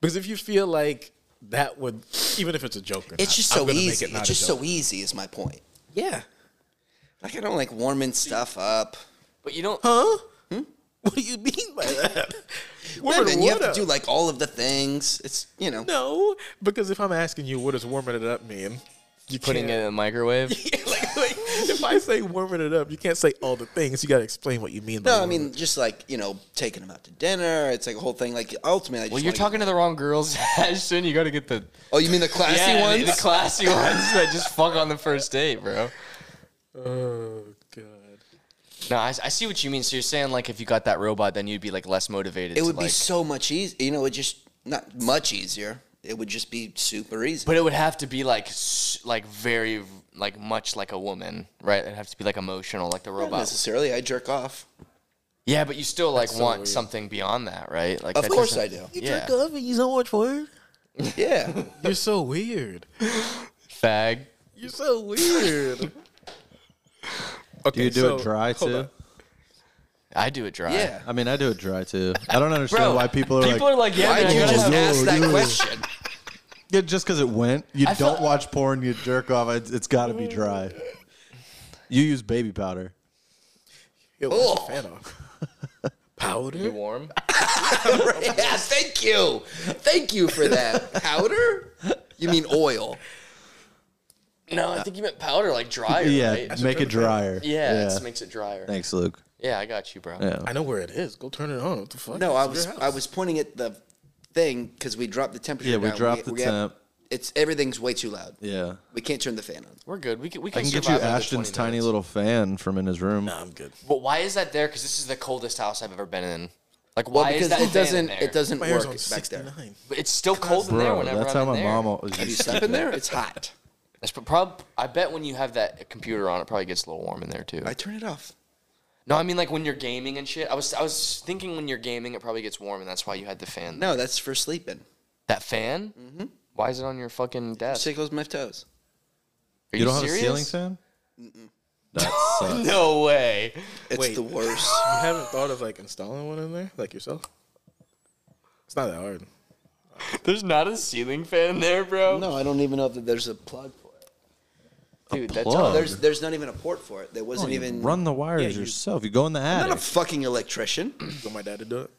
C: Because if you feel like that would, even if it's a joke, or
A: (laughs) It's
C: not,
A: just
C: I'm
A: so
C: gonna make
A: easy.
C: it not
A: It's
C: a
A: just
C: joke.
A: so easy. Is my point.
C: yeah.
A: Like, I don't like warming stuff up.
D: But you don't.
C: Huh? What do you mean
A: (laughs)
C: by that?
A: Women,
C: Warming
A: you
C: what
A: have to
C: up?
A: do like all of the things. It's you know.
C: no, because if I'm asking you what does warming it up mean, you
D: Putting it
C: can't-
D: in the microwave. (laughs)
C: like, like, if I say warming it up, you can't say all the things. You got to explain what you mean. by
A: No, I
C: warming
A: mean just like you know, taking them out to dinner. It's like a whole thing. Like ultimately, I just
D: Well, you're
A: wanna-
D: talking to the wrong girls, (laughs) Ashton. You got to get the
A: Oh, you mean the classy
D: the-
A: ones?
D: the classy ones that just fuck on the first date, bro.
C: it. Oh god.
D: No, I, I see what you mean. So you're saying like if you got that robot, then you'd be like less motivated.
A: it
D: to,
A: would be
D: like-
A: so much easier. You know, it just not much easier. It would just be super easy.
D: but it would have to be like s- like very like much like a woman, right? It'd have to be like emotional, like the
A: not
D: robot.
A: necessarily. I jerk off.
D: yeah, but you still like
C: so
D: want
C: weird.
D: something beyond that, right? Like
A: Of
D: that
A: course
D: doesn't-
A: I do.
D: Yeah,
C: off and you don't watch porn.
A: Yeah.
C: You're so weird.
D: fag.
C: You're so weird.
B: Do you do
C: so-
B: it dry
C: hold
B: too?
C: on.
D: I do it dry.
A: (laughs) Yeah.
B: I mean, I do it dry too. I don't understand why people are like,
D: yeah,
A: Why
D: man,
A: did you
D: I gotta
A: just
D: have-
A: ask that
B: yeah.
A: question? (laughs)
B: yeah, just because it went. You
D: I
B: don't
D: felt-
B: watch porn. You jerk off. It's, it's got to be dry. You use baby powder.
C: (laughs) Yo,
A: Oh.
C: oh. fan off.
A: (laughs)
C: Powder.
D: You warm?
A: yeah, thank you. Thank you for that. Powder? You mean oil.
D: No, I think you meant powder, like drier,
B: Uh, (laughs) Yeah,
D: right?
B: make it drier.
D: Yeah, it makes it drier.
B: Thanks, Luke.
D: Yeah, I got you, bro.
B: Yeah.
C: I know where it is. Go turn it on. What the fuck?
A: No,
C: It's
A: I
C: your
A: was
C: house.
A: I was pointing at the thing because we dropped the temperature.
B: Yeah, we
A: down.
B: dropped the
A: have-
B: temp.
A: It's everything's way too loud.
B: Yeah.
A: We can't turn the fan on.
D: We're good. We can, we
B: I
D: can,
B: can get you
D: survive another
B: Ashton's
D: 20
B: tiny
D: minutes.
B: little fan from in his room.
C: Nah, I'm good.
D: But why is that there? Because this is the coldest house I've ever been in. Like, why
A: Well, because
D: is that
A: it
D: fan in
A: doesn't
D: there?
A: it doesn't
C: My hair's
A: work
C: on
A: back there.
C: 69.
D: But it's still cold in there
B: Bro,
D: whenever
B: that's
D: I'm
B: how my
D: in there.
B: mom always
A: You
B: used to
A: slept in there? It's hot.
D: That's prob- I bet when you have that computer on, it probably gets a little warm in there too.
A: (laughs) I turn it off.
D: no, I mean like when you're gaming and shit. I was I was thinking when you're gaming, it probably gets warm, and that's why you had the fan.
A: No, that's for sleeping.
D: That fan? Mm-hmm. Why is it on your fucking desk?
A: Tickles my toes.
D: Are
B: You don't have a
D: serious?
B: ceiling fan? That sucks.
D: No way.
A: It's
C: Wait.
A: the worst.
C: You haven't thought of like installing one in there, like yourself? It's not that hard.
D: There's not a ceiling fan there, bro.
A: no, I don't even know that there's a plug for it.
D: Dude, that's
B: plug.
D: all
A: There's there's not even a port for it. There
B: Oh,
A: wasn't
B: you
A: even
B: run the wires
C: Yeah, you-
B: yourself. You go in the
A: I'm
B: attic.
A: not a fucking electrician.
C: You want my dad to do it?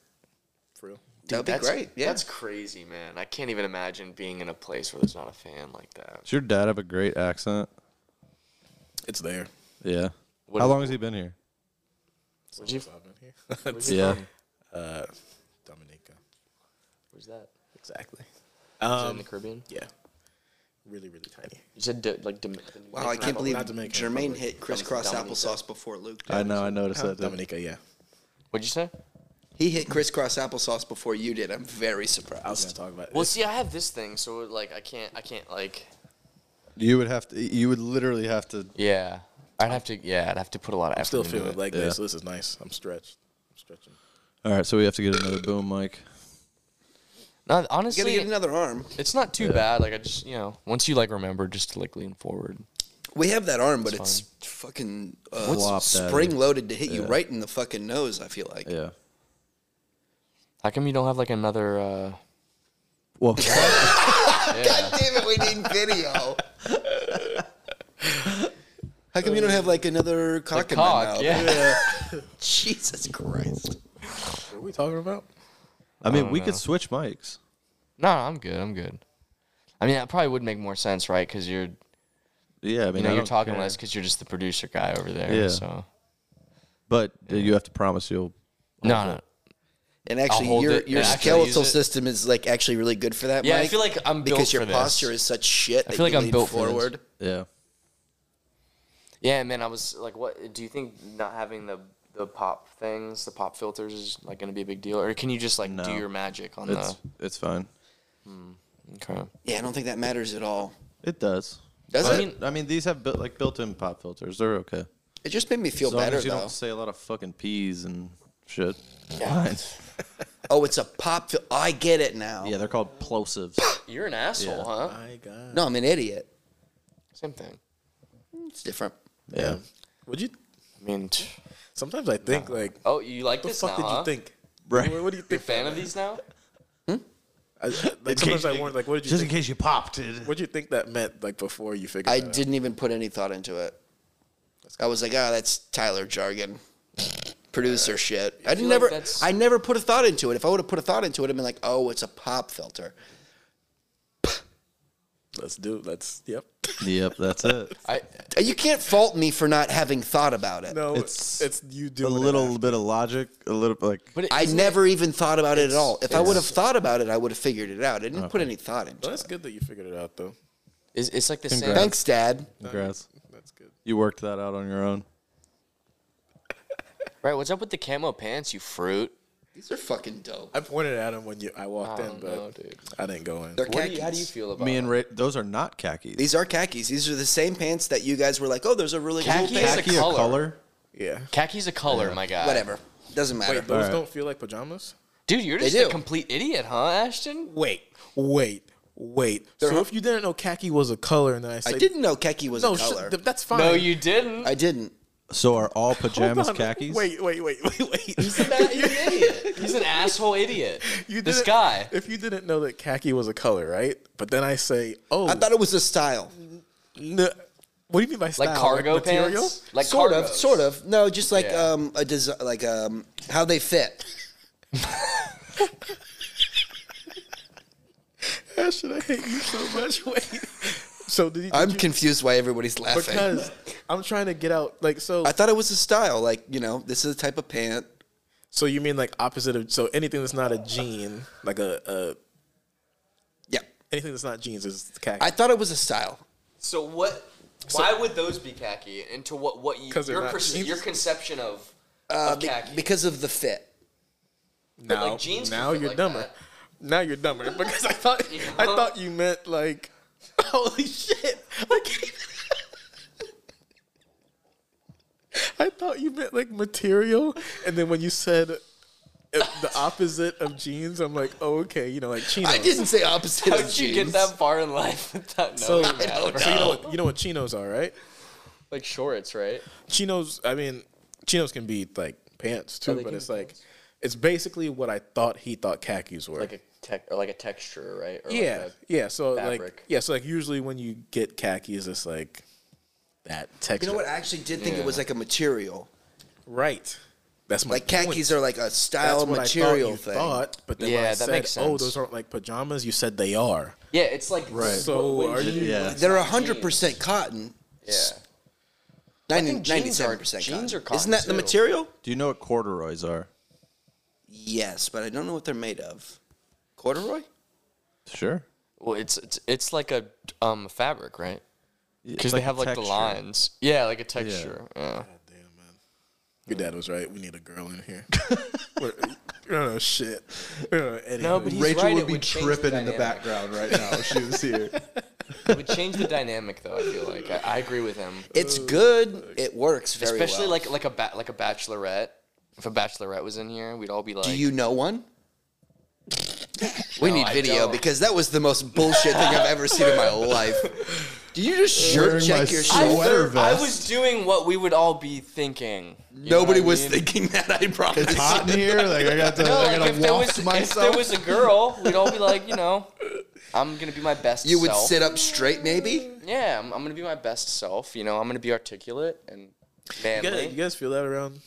C: For real?
A: That'd be
D: That's
A: great. Yeah.
D: That's crazy, man. I can't even imagine being in a place where there's not a fan like that.
B: Does your dad have a great accent?
C: It's there.
B: Yeah.
D: What
B: How
D: is-
B: long has he been here?
D: Where'd you-
C: Since I've (laughs) been here.
B: Yeah.
C: uh, Dominica.
D: Where's that?
C: Exactly.
D: Is it in
C: Um,
D: the Caribbean?
C: yeah. Really, really tiny.
D: You said d- like Dom-
A: Wow, Oh, I can't believe
C: not Dominican
A: Jermaine
C: Republic.
A: hit crisscross
D: Dominica.
A: applesauce before Luke. did.
B: I know. I noticed that. too.
C: Dominica, yeah.
D: What'd you say?
A: He hit crisscross applesauce before you did. I'm very surprised.
C: I was gonna talk about it.
D: Well, see, I have this thing, so like I can't, I can't like.
B: You would have to. You would literally have to.
D: Yeah, I'd have to. Yeah, I'd have to put a lot of effort.
C: still
D: into
C: feeling
D: it.
C: like
B: Yeah.
C: this. This is nice. I'm stretched. I'm stretching.
B: All right. So we have to get another boom mic.
D: No,
A: You gotta
D: honestly,
A: get another arm.
D: it's not too bad. Like I just, you know, once you like remember, just to like lean forward.
A: We have that arm, but
D: It's
A: it's, fucking uh,
B: Flop that.
A: spring loaded to hit you
B: Yeah.
A: right in the fucking nose. I feel like.
B: Yeah.
D: How come you don't have like another? uh
B: Well,
A: God damn it! We need video. How come you don't have like another cock in my
D: cock,
A: mouth?
D: yeah.
A: (laughs)
D: (laughs)
A: Jesus Christ.
C: What are we talking about?
B: I mean, we
D: know.
B: could switch mics.
D: No, I'm good. I'm good. I mean, that probably would make more sense, right? Because you're, you
B: Yeah. I mean,
D: know,
B: I
D: you're
B: don't
D: talking
B: care.
D: less because you're just the producer guy over there.
B: Yeah.
D: So
B: But uh, you have to promise you'll.
D: no, no.
A: And actually,
D: hold
A: your
D: it
A: your
D: and actually
A: skeletal
D: use it.
A: system is like actually really good for that.
D: Yeah, I
A: Mike,
D: feel like I'm built
A: because your
D: for this.
A: posture is such shit. I
D: feel like I'm built for this.
A: forward.
B: Yeah.
D: Yeah, man. I was like, what? Do you think not having the the pop things, the pop filters, is like going to be a big deal, or can you just like do
B: No.
D: your magic on
B: It's it's fine.
D: the? Okay.
A: Yeah, I don't think that matters at all.
B: It does.
A: Does
B: But,
A: it?
B: I mean, these have built like built-in pop filters. They're okay.
A: It just made me feel
B: As long
A: better
B: as you
A: though.
B: don't say a lot of fucking peas and shit. Fine.
A: Oh, it's a pop. Fil- I get it now.
B: (laughs) Yeah, they're called
D: (laughs)
B: plosives.
D: You're an asshole,
B: Yeah.
D: huh?
C: My God.
A: No, I'm an idiot.
D: Same thing.
A: It's different.
B: Yeah.
C: Would you?
D: I mean, t-
C: Sometimes I think like,
D: oh, you like
C: the
D: this
C: fuck
D: now?
C: did
D: huh?
C: you think?
B: Right.
C: What, what do you
D: You're a
C: think?
D: fan of these now?
C: I, like, sometimes I wonder, like, what did you
B: Just in
C: think?
B: case you popped it.
C: What did you think that meant? Like before you figured.
A: I
C: that out?
A: didn't even put any thought into it. I was like, oh, that's Tyler "Ah, jargon. producer shit. I
D: feel like
A: never,
D: that's-
A: I never put a thought into it. If I would have put a thought into it, I'd been like, oh, it's a pop filter.
C: Let's do. Let's. Yep.
B: (laughs)
C: (laughs)
B: Yep, that's (laughs) it.
D: I
A: And You can't fault me for not having thought about it.
C: No,
B: It's
C: it's it's you do
B: a little bit of logic, a little like.
D: but it,
A: I
D: isn't
A: never even thought about it at all. If I
D: it's-
A: would have thought about it, I would have figured it out. I didn't put any thought into
C: That's
A: it.
C: good that you figured it out though.
D: it- It's, it's like the same.
B: Congrats.
A: Thanks, Dad.
B: Congrats.
C: That's good.
B: You worked that out on your own.
D: Right, what's up with the camo pants, you fruit?
A: These are fucking dope.
C: I pointed at him when you I walked
D: I
C: in,
D: don't
C: but
D: know, dude.
C: I didn't go in.
A: They're
D: What do
A: khakis.
D: you, how do you feel about
B: Me and Ray, those are not khakis.
A: These are khakis. These are the same pants that you guys were like, oh, there's a really cool
D: Khaki
A: pants.
D: is a
B: khaki
D: color.
B: a color?
C: Yeah.
D: Khaki's a color, my guy.
A: Whatever. Doesn't matter.
C: Wait, those
B: Alright.
C: don't feel like pajamas.
D: Dude, you're
A: They
D: just a
A: do.
D: complete idiot, huh, Ashton?
C: Wait, wait, wait. so if you didn't know khaki was a color, and then I
A: I
C: said
A: didn't know khaki was
C: No,
A: a color.
C: shit, th- that's fine.
D: No, you didn't.
A: I (laughs) didn't.
B: So are all
C: Hold
B: pajamas
C: on.
B: khakis?
C: Wait, wait, (laughs) wait, wait, wait.
D: He's an idiot. He's an asshole idiot.
C: You
D: this
C: didn't-
D: guy.
C: If you didn't know that khaki was a color, right? But then I say, oh,
A: I thought it was a style.
C: n- what do you mean by style?
D: Like cargo
C: material?
D: pants?
C: (laughs)
D: Like
A: sort of,
D: cargos.
A: sort of. No, just like
D: Yeah.
A: um a desi- like um how they fit.
C: Ashton, I hate you so much. (laughs) Wait. So did, you, did
A: I'm
C: you-
A: confused why everybody's laughing.
C: because I'm trying to get out. Like so.
A: I thought it was a style, like you know, this is a type of pant.
C: so you mean like opposite of so anything that's not a jean, like a, a
A: Yeah,
C: anything that's not jeans is khaki.
A: I thought it was a style.
D: So what? Why would those be khaki? And to what? What you,
C: 'Cause they're
D: your
C: not
D: perce-
C: jeans.
D: your conception of,
A: Uh,
D: of
A: be-
D: khaki?
A: because of the fit.
C: now,
D: like, jeans can
C: now
D: fit
C: you're
D: like
C: dumber.
D: that.
C: Now you're dumber
D: (laughs)
C: because I thought
D: Yeah.
C: I thought you meant like (laughs) holy shit. I can't even- (laughs) I thought you meant like material, and then when you said it- the opposite of jeans, I'm like, oh, okay, you know, like chinos.
A: I didn't say opposite.
D: How
A: of
D: did you
A: jeans.
D: get that far in life (laughs) without
C: So,
D: knowing that?
A: don't
D: bro?
C: so you know what you know what chinos are, right?
D: Like shorts, right?
C: chinos i mean chinos can be like pants too
D: Oh, they
C: but
D: can
C: it's
D: be
C: like it's basically what i thought he thought khakis were
D: Like a tech or like a texture, right? Or
C: yeah
D: Like
C: yeah so like
D: fabric.
C: yeah so like usually when you get khakis it's like that
A: You
C: texture
A: know what? I actually did think
D: Yeah.
A: it was like a material.
C: right that's my
A: Like khakis
C: point.
A: are like a
C: that's
A: style
C: what I
A: material
C: thought you
A: thing.
C: thought, but then when
D: Yeah,
C: I
D: that
C: said,
D: makes
C: "Oh,
D: sense.
C: those aren't like pajamas," you said they are.
D: a- yeah, it's like right.
C: So are you?
B: Yeah.
A: They're hundred percent cotton.
D: Yeah. think jeans are-
A: Ninety-seven percent cotton.
D: jeans are
A: Isn't
D: cotton,
A: that the
D: too.
A: material?
B: Do you know what corduroys are?
A: Yes, but I don't know what they're made of. Corduroy?
B: Sure.
D: Well, it's it's it's like a um fabric, right? Because
B: like
D: they have like
B: texture.
D: the lines. Yeah, like a texture. Yeah.
C: Damn man, your
A: Uh,
C: dad was right. We need a girl in
A: (laughs)
C: here. We're- we don't know shit. Uh, We don't know
D: No,
C: anything.
D: but he's
B: Rachel
D: right.
B: would
D: it
B: be
D: change
B: tripping in the
D: dynamic.
B: background right
A: (laughs)
B: now if she was here.
D: It would change the dynamic, though. I feel like I, I agree with him,
A: It's good. It works (laughs) very
D: especially
A: well.
D: like like a ba- like a bachelorette. If a bachelorette was in here, we'd all be like,
A: Do you know one? We need
D: I
A: video
D: don't.
A: because that was the most bullshit thing I've ever seen in my
B: (laughs)
A: life. Do you just shirt
B: Wearing my
A: check your
D: I,
A: shit?
B: sweat- Sweater
D: thought- I
B: vest.
D: was doing what we would all be thinking. You know
A: Nobody
D: what I
A: was
D: mean?
A: thinking that. I promise.
B: It's hot in here. Like I got to,
D: (laughs) No,
B: I
D: like
B: got
D: if
B: to
D: there
B: wash
D: was if
B: myself.
D: there was a girl, we'd all be like, you know,
A: (laughs)
D: I'm gonna be my best.
A: You would
D: self.
A: sit up straight, maybe.
D: Yeah, I'm, I'm gonna be my best self. You know, I'm gonna be articulate and manly.
C: You guys- you guys feel that around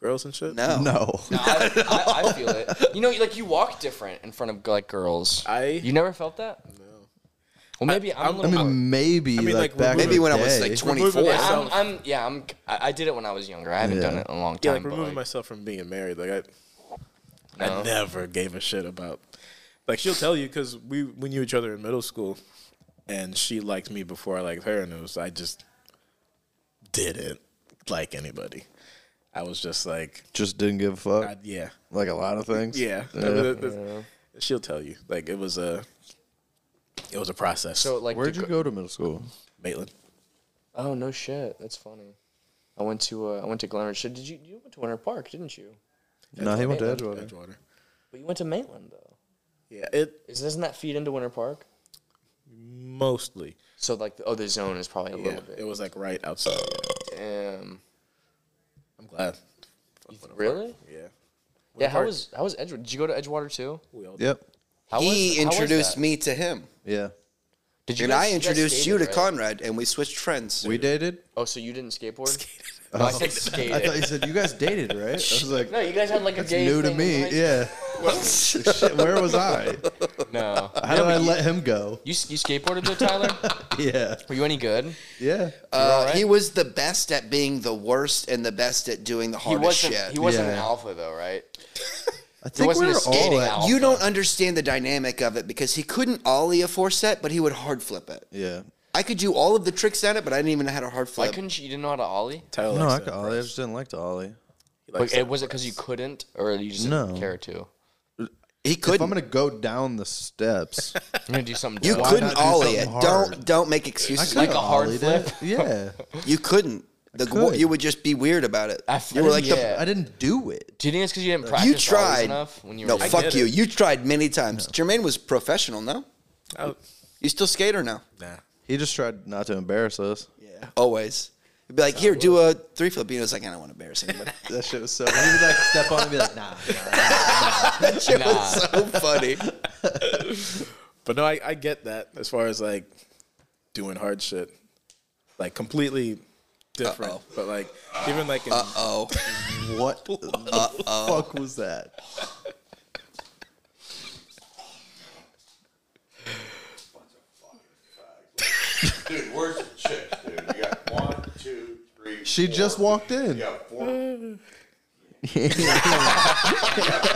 C: girls and shit?
A: No.
B: (laughs) no.
D: No, I, I, I feel it. You know, like you walk different in front of like girls.
C: I-
D: you never felt that. No. Well, maybe I, am a
B: I
D: little
B: mean, maybe
C: mean,
B: like,
C: like,
B: back
A: Maybe
B: in
A: when
B: the
A: I was
B: day.
A: like
C: Removing
A: 24.
C: that-
D: I'm,
C: myself.
D: I'm yeah. I'm. I, I did it when I was younger. I haven't done
B: Yeah.
D: it in a long
C: Yeah,
D: time.
C: like
D: but,
C: removing
D: like,
C: myself from being married. Like I,
D: No.
C: I never gave a shit about. Like she'll tell you because we we knew each other in middle school, and she liked me before I liked her, and it was I just didn't like anybody. I was just like,
B: just didn't give a fuck.
C: I, yeah,
B: like a lot of things.
C: yeah. That- that- She'll tell you. Like it was a, it was a process.
D: So like,
B: Where'd
D: the
B: you
D: gr-
B: go to middle school?
C: Maitland,
D: Oh no, shit. That's funny. I went to uh, I went to Glenridge. So Did you you went to Winter Park, didn't you?
B: No, he went to Edgewater.
C: Edgewater.
D: But you went to Maitland though.
C: Yeah, it
D: Is doesn't that feed into Winter Park?
C: mostly.
D: So like, the, oh, the zone is probably a
C: Yeah,
D: little
C: it
D: bit.
C: was like right outside. Yeah.
D: Damn.
C: I'm glad. Fuck Winter Park.
D: Really?
C: Yeah.
D: Yeah. How
C: Park.
D: was how was Edgewater? Did you go to Edgewater too?
C: We all
B: Yep.
D: How
A: He
D: was, how was
A: introduced
D: that?
A: me to him,
B: Yeah.
D: Did
A: and
D: guys-
A: I
D: guys
A: introduced
D: skated,
A: you to
D: right?
A: Conrad, and we switched friends.
B: We dated.
D: Oh, so you didn't skateboard? I said skated.
B: I thought you said you guys dated, right? I was like,
D: no, you guys had like a
B: that's
D: (laughs) gay
B: new to
D: thing
B: me.
D: in high
B: Yeah. (laughs) Shit, where was I?
D: school. No.
B: How did I let him go?
D: You, you skateboarded though, Tyler?
B: Yeah.
D: Were you any good?
B: Yeah.
A: Uh, He was the best at being the worst and the best at doing the
D: He
A: hardest
D: wasn't.
A: shit.
D: He wasn't an
B: Yeah.
D: alpha though, right?
B: I think
D: wasn't
B: we
D: a
B: were
D: skating
B: all at,
D: al-
A: you
D: Alpha.
A: don't understand the dynamic of it because he couldn't ollie a four set, but he would hard flip it.
B: Yeah.
A: I could do all of the tricks on it, but I didn't even know how to hard
D: Why
A: flip.
D: couldn't you? You didn't know how to ollie?
C: Tyler
B: No,
C: likes
B: I
C: that
B: could ollie. I just didn't like to ollie.
C: He
D: Like,
C: likes
D: it
C: that.
D: was it because you couldn't, or you just didn't
B: No.
D: care to?
A: he
B: If
A: couldn't.
B: I'm gonna go down the steps,
D: I'm gonna do something.
A: you
D: dumb.
A: couldn't
B: not do
A: ollie it.
B: something
A: Don't
B: hard?
A: don't make excuses.
D: Like a hard
B: ollied
D: flip?
B: It. Yeah,
A: you couldn't. The
B: could.
A: you would just be weird about it.
D: I
A: you were like
D: yeah.
A: the
B: I didn't do it.
D: Do you think it's because you didn't practice
A: you
D: ollies
A: tried
D: enough when you were
A: no
D: younger?
A: fuck
C: get
A: you
C: it.
A: you tried many times jermaine was professional no
C: I was-
A: you still skate or no
C: nah.
B: He just tried not to embarrass us.
A: yeah always He'd be like here do a three flip he was like i don't want to embarrass anybody
B: (laughs) That shit was so. He would like step on and be like, "Nah."
A: that shit
D: Nah.
A: was so funny
C: But no, I, I get that as far as like doing hard shit, like completely different.
A: Uh-oh.
C: But like even like in,
A: oh
B: What the fuck was that?
G: Dude, where's the chicks, dude? You got one, two, three.
B: She
G: four.
B: just walked in.
G: You got four.
A: Mm. (laughs)
G: you got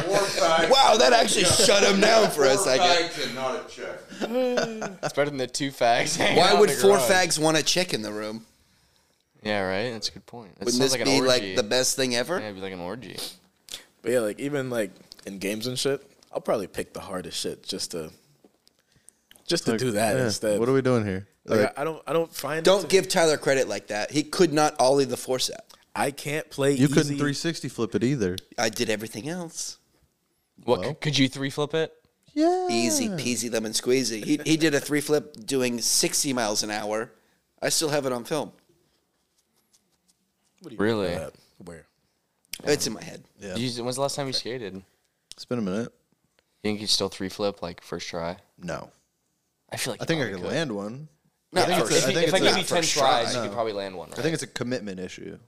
G: four fags.
A: wow that actually shut him down for a
G: four
A: second
G: fags and not a chick.
D: It's better than the two fags. hanging out
A: why
D: in
A: would
D: the
A: four
D: garage.
A: fags want a chick in the room
D: Yeah, right. That's a good point. That
A: wouldn't
D: sounds
A: this
D: like an
A: be
D: orgy.
A: like the best thing ever
D: Yeah, it'd be like an orgy.
C: but yeah, like even like in games and shit, I'll probably pick the hardest shit just to just to do that
B: Yeah,
C: instead.
B: What are we doing here?
C: like,
B: Like,
C: I, I don't I don't find it to
A: don't
C: be-
A: give tyler credit like that he could not ollie the four set
C: I can't play.
B: you couldn't
C: easy-
B: 360 flip it either.
A: i did everything else
D: What
B: Well.
D: c- could you three flip it?
B: Yeah.
A: easy
D: Ah.
A: peasy lemon squeezy. He, he did a three flip doing 60 miles an hour. I still have it on film.
C: What do you mean by
D: Really?
C: that? Where?
A: It's in my head.
B: Yeah.
D: You- when's the last time you skated? You
B: It's been a minute.
D: think you still three flip like first try?
B: No.
D: I feel like
B: I think I
D: could
B: could land one.
A: Not
B: think
A: first.
B: it's a-
D: If,
B: I
D: you-
B: think
D: if I
B: it's
D: give
B: a
D: you ten
A: first
D: tries,
A: try.
D: you could probably land one. Right?
B: I think it's a commitment issue.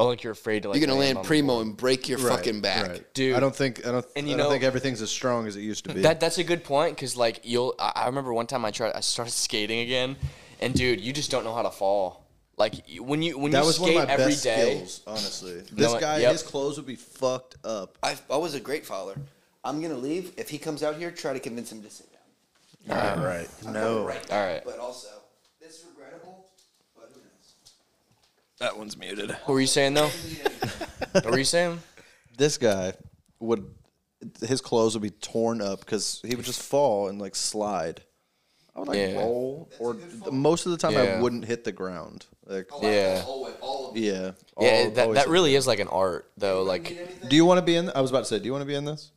D: oh, like you're afraid to like.
A: You're going to land
D: on the
A: primo
D: board.
A: and break your fucking back.
D: Dude.
B: I don't think I don't.
D: And you
B: I don't
D: know-
B: think everything's as strong as it used to be.
D: That that's a good point because like you'll. I, I remember one time I tried. I started skating again, and dude, you just don't know how to fall. Like you- when you when
B: That
D: you
B: was one
D: skate
B: of my
D: every
B: best
D: day.
B: skills, honestly. This
D: what?
B: guy,
D: Yep.
B: his clothes would be fucked up.
A: I, I was a great father. I'm going to leave. If he comes out here, try to convince him to sit down.
C: All right.
A: No. Right now,
D: All right.
A: But also, it's regrettable, but who knows?
C: That one's muted.
D: What were you saying though? what were you saying?
B: This guy would, his clothes would be torn up because he would just fall and like slide. I would like
D: Yeah.
B: roll, or most of the time
D: Yeah.
B: I wouldn't hit the ground. Like,
C: Oh,
A: Like,
D: Yeah.
A: All, all of it.
B: yeah,
D: yeah,
B: Al-
D: that,
B: always
D: that
B: hit
D: really is like an art though.
A: Need
D: Like
B: the-
A: anything?
B: Do you want to be in? I was about to say, do you want to be in this?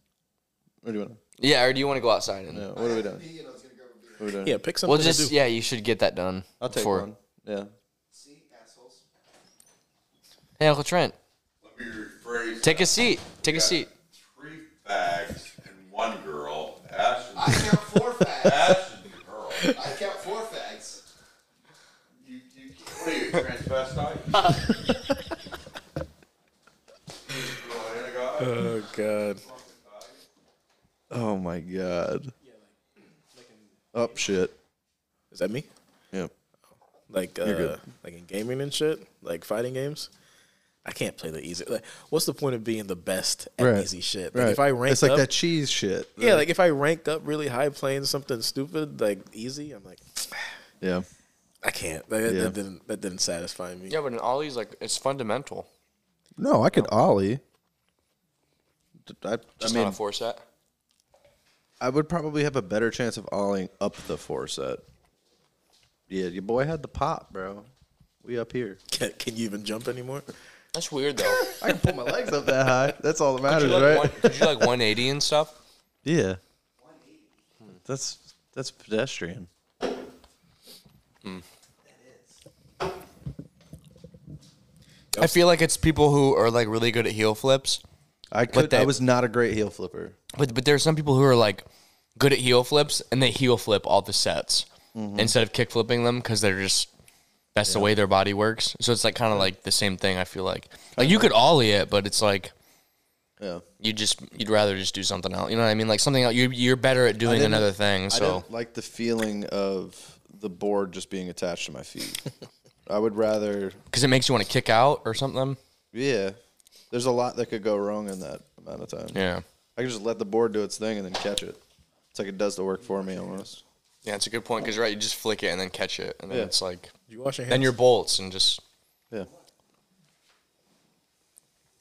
B: Or do you want to?
D: yeah, or do you want to go outside and?
B: No, what are we doing?
A: You know, I was gonna grab a beer.
B: What are we doing?
C: Yeah, pick something
D: Well,
C: to
D: just
C: do.
D: yeah, you should get that done.
B: I'll take
D: before-
B: one. Yeah.
A: See, assholes.
D: Hey, Uncle Trent,
G: Let me rephrase.
D: take
G: that.
D: a seat. Take a seat.
G: Three fags and one girl. Ash
A: I
G: and,
A: count four fags.
G: (laughs) Ash and the girl.
A: I count four fags.
G: You, you, what are
A: (laughs)
G: you, transvestite? Girl and a guy?
C: Oh god.
B: Oh my god. Oh shit.
C: Is that me?
B: Yeah.
C: like uh, like in gaming and shit, like fighting games. I can't play the easy. Like, what's the point of being the best at
B: Right.
C: easy shit? Like,
B: Right.
C: If I rank
B: it's like
C: up,
B: that cheese shit.
C: yeah, like if I rank up really high playing something stupid like easy, I'm like,
B: Yeah.
C: I can't. Like, that,
B: Yeah.
C: that didn't that didn't satisfy me.
D: Yeah, but an ollie's like it's fundamental.
B: No, I could ollie. D- I, I
D: Just
B: mean,
D: not a four set.
B: I would probably have a better chance of ollieing up the four set. Yeah, your boy had the pop, bro. We up here.
C: Can, can you even jump anymore?
D: That's weird though.
B: I can put my legs up that high. That's all that
D: Could
B: matters,
D: you like,
B: right?
D: one, could you like 180 and stuff?
B: Yeah. Hmm. That's that's pedestrian.
D: I feel like it's people who are like really good at heel flips,
B: I could. I
D: that-
B: was not a great heel flipper.
D: but but there are some people who are like good at Mm-hmm. heel flips and they heel flip all the sets instead of kick flipping them because they're just That's the way their body works. So it's like kind of like the same thing. I feel like like you could ollie it, but it's like
B: Yeah.
D: you just you'd rather just do something else. You know what I mean? Like something else. You're you're better at doing
B: didn't-
D: another thing.
B: I
D: So
B: don't like the feeling of the board just being attached to my
D: (laughs)
B: feet. I would rather,
D: because it makes you want to kick out or something.
B: yeah. There's a lot that could go wrong in that amount of time.
D: Yeah.
B: I could just let the board do its thing and then catch it. It's like it does the work for me almost.
D: Yeah, it's a good point because right, you just flick it and then catch it, and then
B: Yeah.
D: it's like
C: You wash your hands.
D: then your bolts and just
B: Yeah.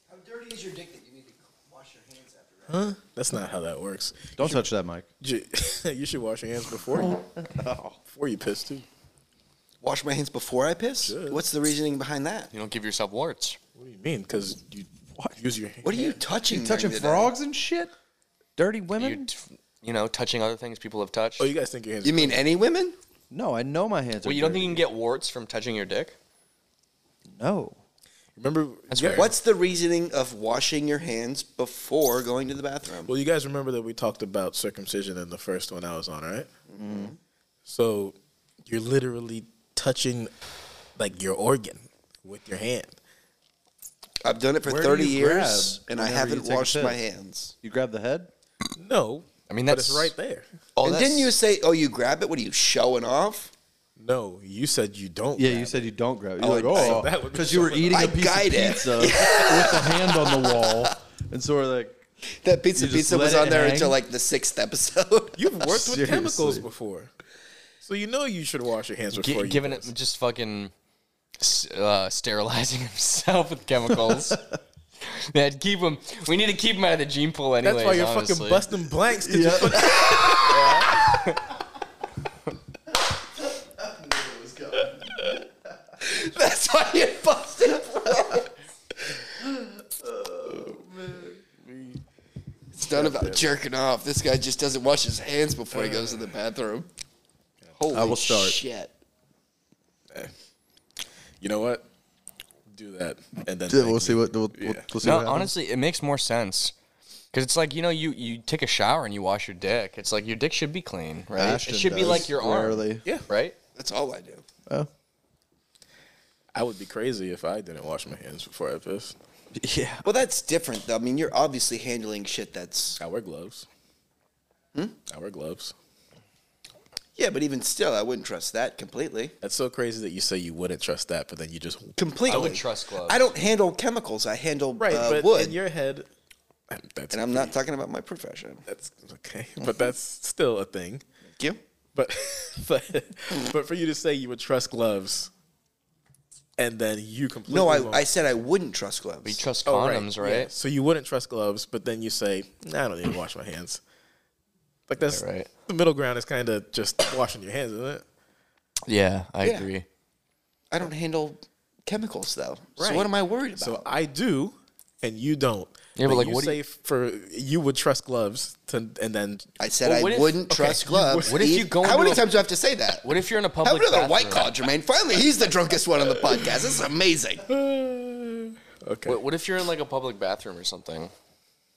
A: How dirty is your dick that you need to wash your hands after?
C: That's not how that works.
B: Don't touch that mic.
C: You should, (laughs) you should wash your hands before you, before you piss too.
A: Wash my hands before I piss.
C: Should.
A: What's the reasoning behind that?
D: you don't give yourself warts.
C: What do you mean? Because you use your hands.
A: What are you touching? during the day?
B: and shit? Dirty
D: You,
B: women?
D: t- you know, touching other things people have touched.
C: Oh, you guys think your hands?
A: You mean any women?
B: No, I know my hands are
D: well, you don't think
B: dirty.
D: you can get warts from touching your dick?
B: No.
C: remember?
D: That's
C: you
D: weird.
C: guys-
A: What's the reasoning of washing your hands before going to the bathroom?
C: Well, you guys remember that we talked about circumcision in the first one I was on, right? So you're literally touching like your organ with your hand.
A: I've done it for
B: Where do
A: 30
B: you
A: years
B: grab
A: and I
B: whenever you
A: haven't
B: take a
A: washed my
B: piss?
A: hands.
B: You grab the head?
C: No,
D: I mean,
C: but it's
D: that's-
C: right there.
D: Oh,
A: and
D: that's-
A: didn't you say, oh, you grab it? What are you showing off?
C: No, you said you don't.
B: Yeah,
C: grab
B: you said you don't grab it.
A: Oh,
B: You're like,
A: I-
B: oh,
C: that would be
B: because you were
C: so-
B: eating
A: I
B: a piece of
A: guide it.
B: pizza with the hand on the wall. And so we're like,
A: That pizza
B: You just
A: pizza was
B: let it
A: on there
B: hang?
A: until like the sixth episode. (laughs)
C: it. You've worked with chemicals
B: Seriously.
C: before, so you know you should wash your hands
D: Gi-
C: before. you
D: giving it
C: piss.
D: just fucking s- uh, sterilizing (laughs) himself
C: (laughs)
D: with chemicals. That keep him. We need to keep him out of the gene pool anyway.
C: That's why you're fucking busting blanks. 'cause you're fucking-
A: That's why you busted. It's not about jerking off. This guy just doesn't wash his hands before he goes to the bathroom. Holy
B: will start.
A: shit.
C: You know what? Do that, and then
B: yeah,
C: thank
B: we'll
C: me.
B: see what, we'll,
C: Yeah.
B: we'll, we'll see
D: No,
B: what happens.
D: honestly, it makes more sense. Cause it's like you know you, you take a shower and you wash your dick. It's like your dick should be clean, right?
B: Ashton
D: it should be
B: does
D: like your arm,
B: rarely.
C: Yeah,
D: right?
A: That's all I do.
B: Oh.
C: I would be crazy if I didn't wash my hands before I piss.
B: Yeah.
A: Well, that's different, though. I mean, you're obviously handling shit that's.
C: I wear gloves. Hmm? I wear gloves.
A: Yeah, but even still, I wouldn't trust that completely.
C: That's so crazy that you say you wouldn't trust that, but then you just
A: Completely.
D: I would trust gloves.
A: I don't handle chemicals. I
C: (laughs)
A: handle
C: right.
A: uh,
C: but
A: wood.
C: in your head, that's
A: and I'm not talking about my profession.
C: That's okay, (laughs) but that's still a thing.
A: Thank you.
C: But (laughs) but but for you to say you would trust gloves, and then you completely
A: No,
C: won't-
A: I, I said I wouldn't trust
D: We
A: gloves.
D: trust
C: Oh, right,
D: condoms,
C: yeah.
D: right?
C: So you wouldn't trust gloves, but then you say, nah, "I don't need to wash my hands." Like that's
D: right.
C: the middle ground is kind of just washing your hands, isn't it?
D: Yeah, I
A: Yeah.
D: agree.
A: I don't handle chemicals though. So
C: Right.
A: what am I worried about?
C: So I do, and you don't.
D: Yeah, but, like,
C: you
D: what do
C: say
D: you-
C: for you would trust gloves to, and then
A: I said
D: Well, what
A: I
D: if-
A: wouldn't
D: okay,
A: trust gloves.
D: what if you go
A: How many
D: into a-
A: times do I have to say that?
D: What if you're in a
A: Have
D: public?
A: another
D: bathroom?
A: white call, Jermaine. Finally, he's the drunkest one on
D: (laughs)
A: the podcast. This is amazing.
C: okay.
D: What, what if you're in like a public bathroom or something,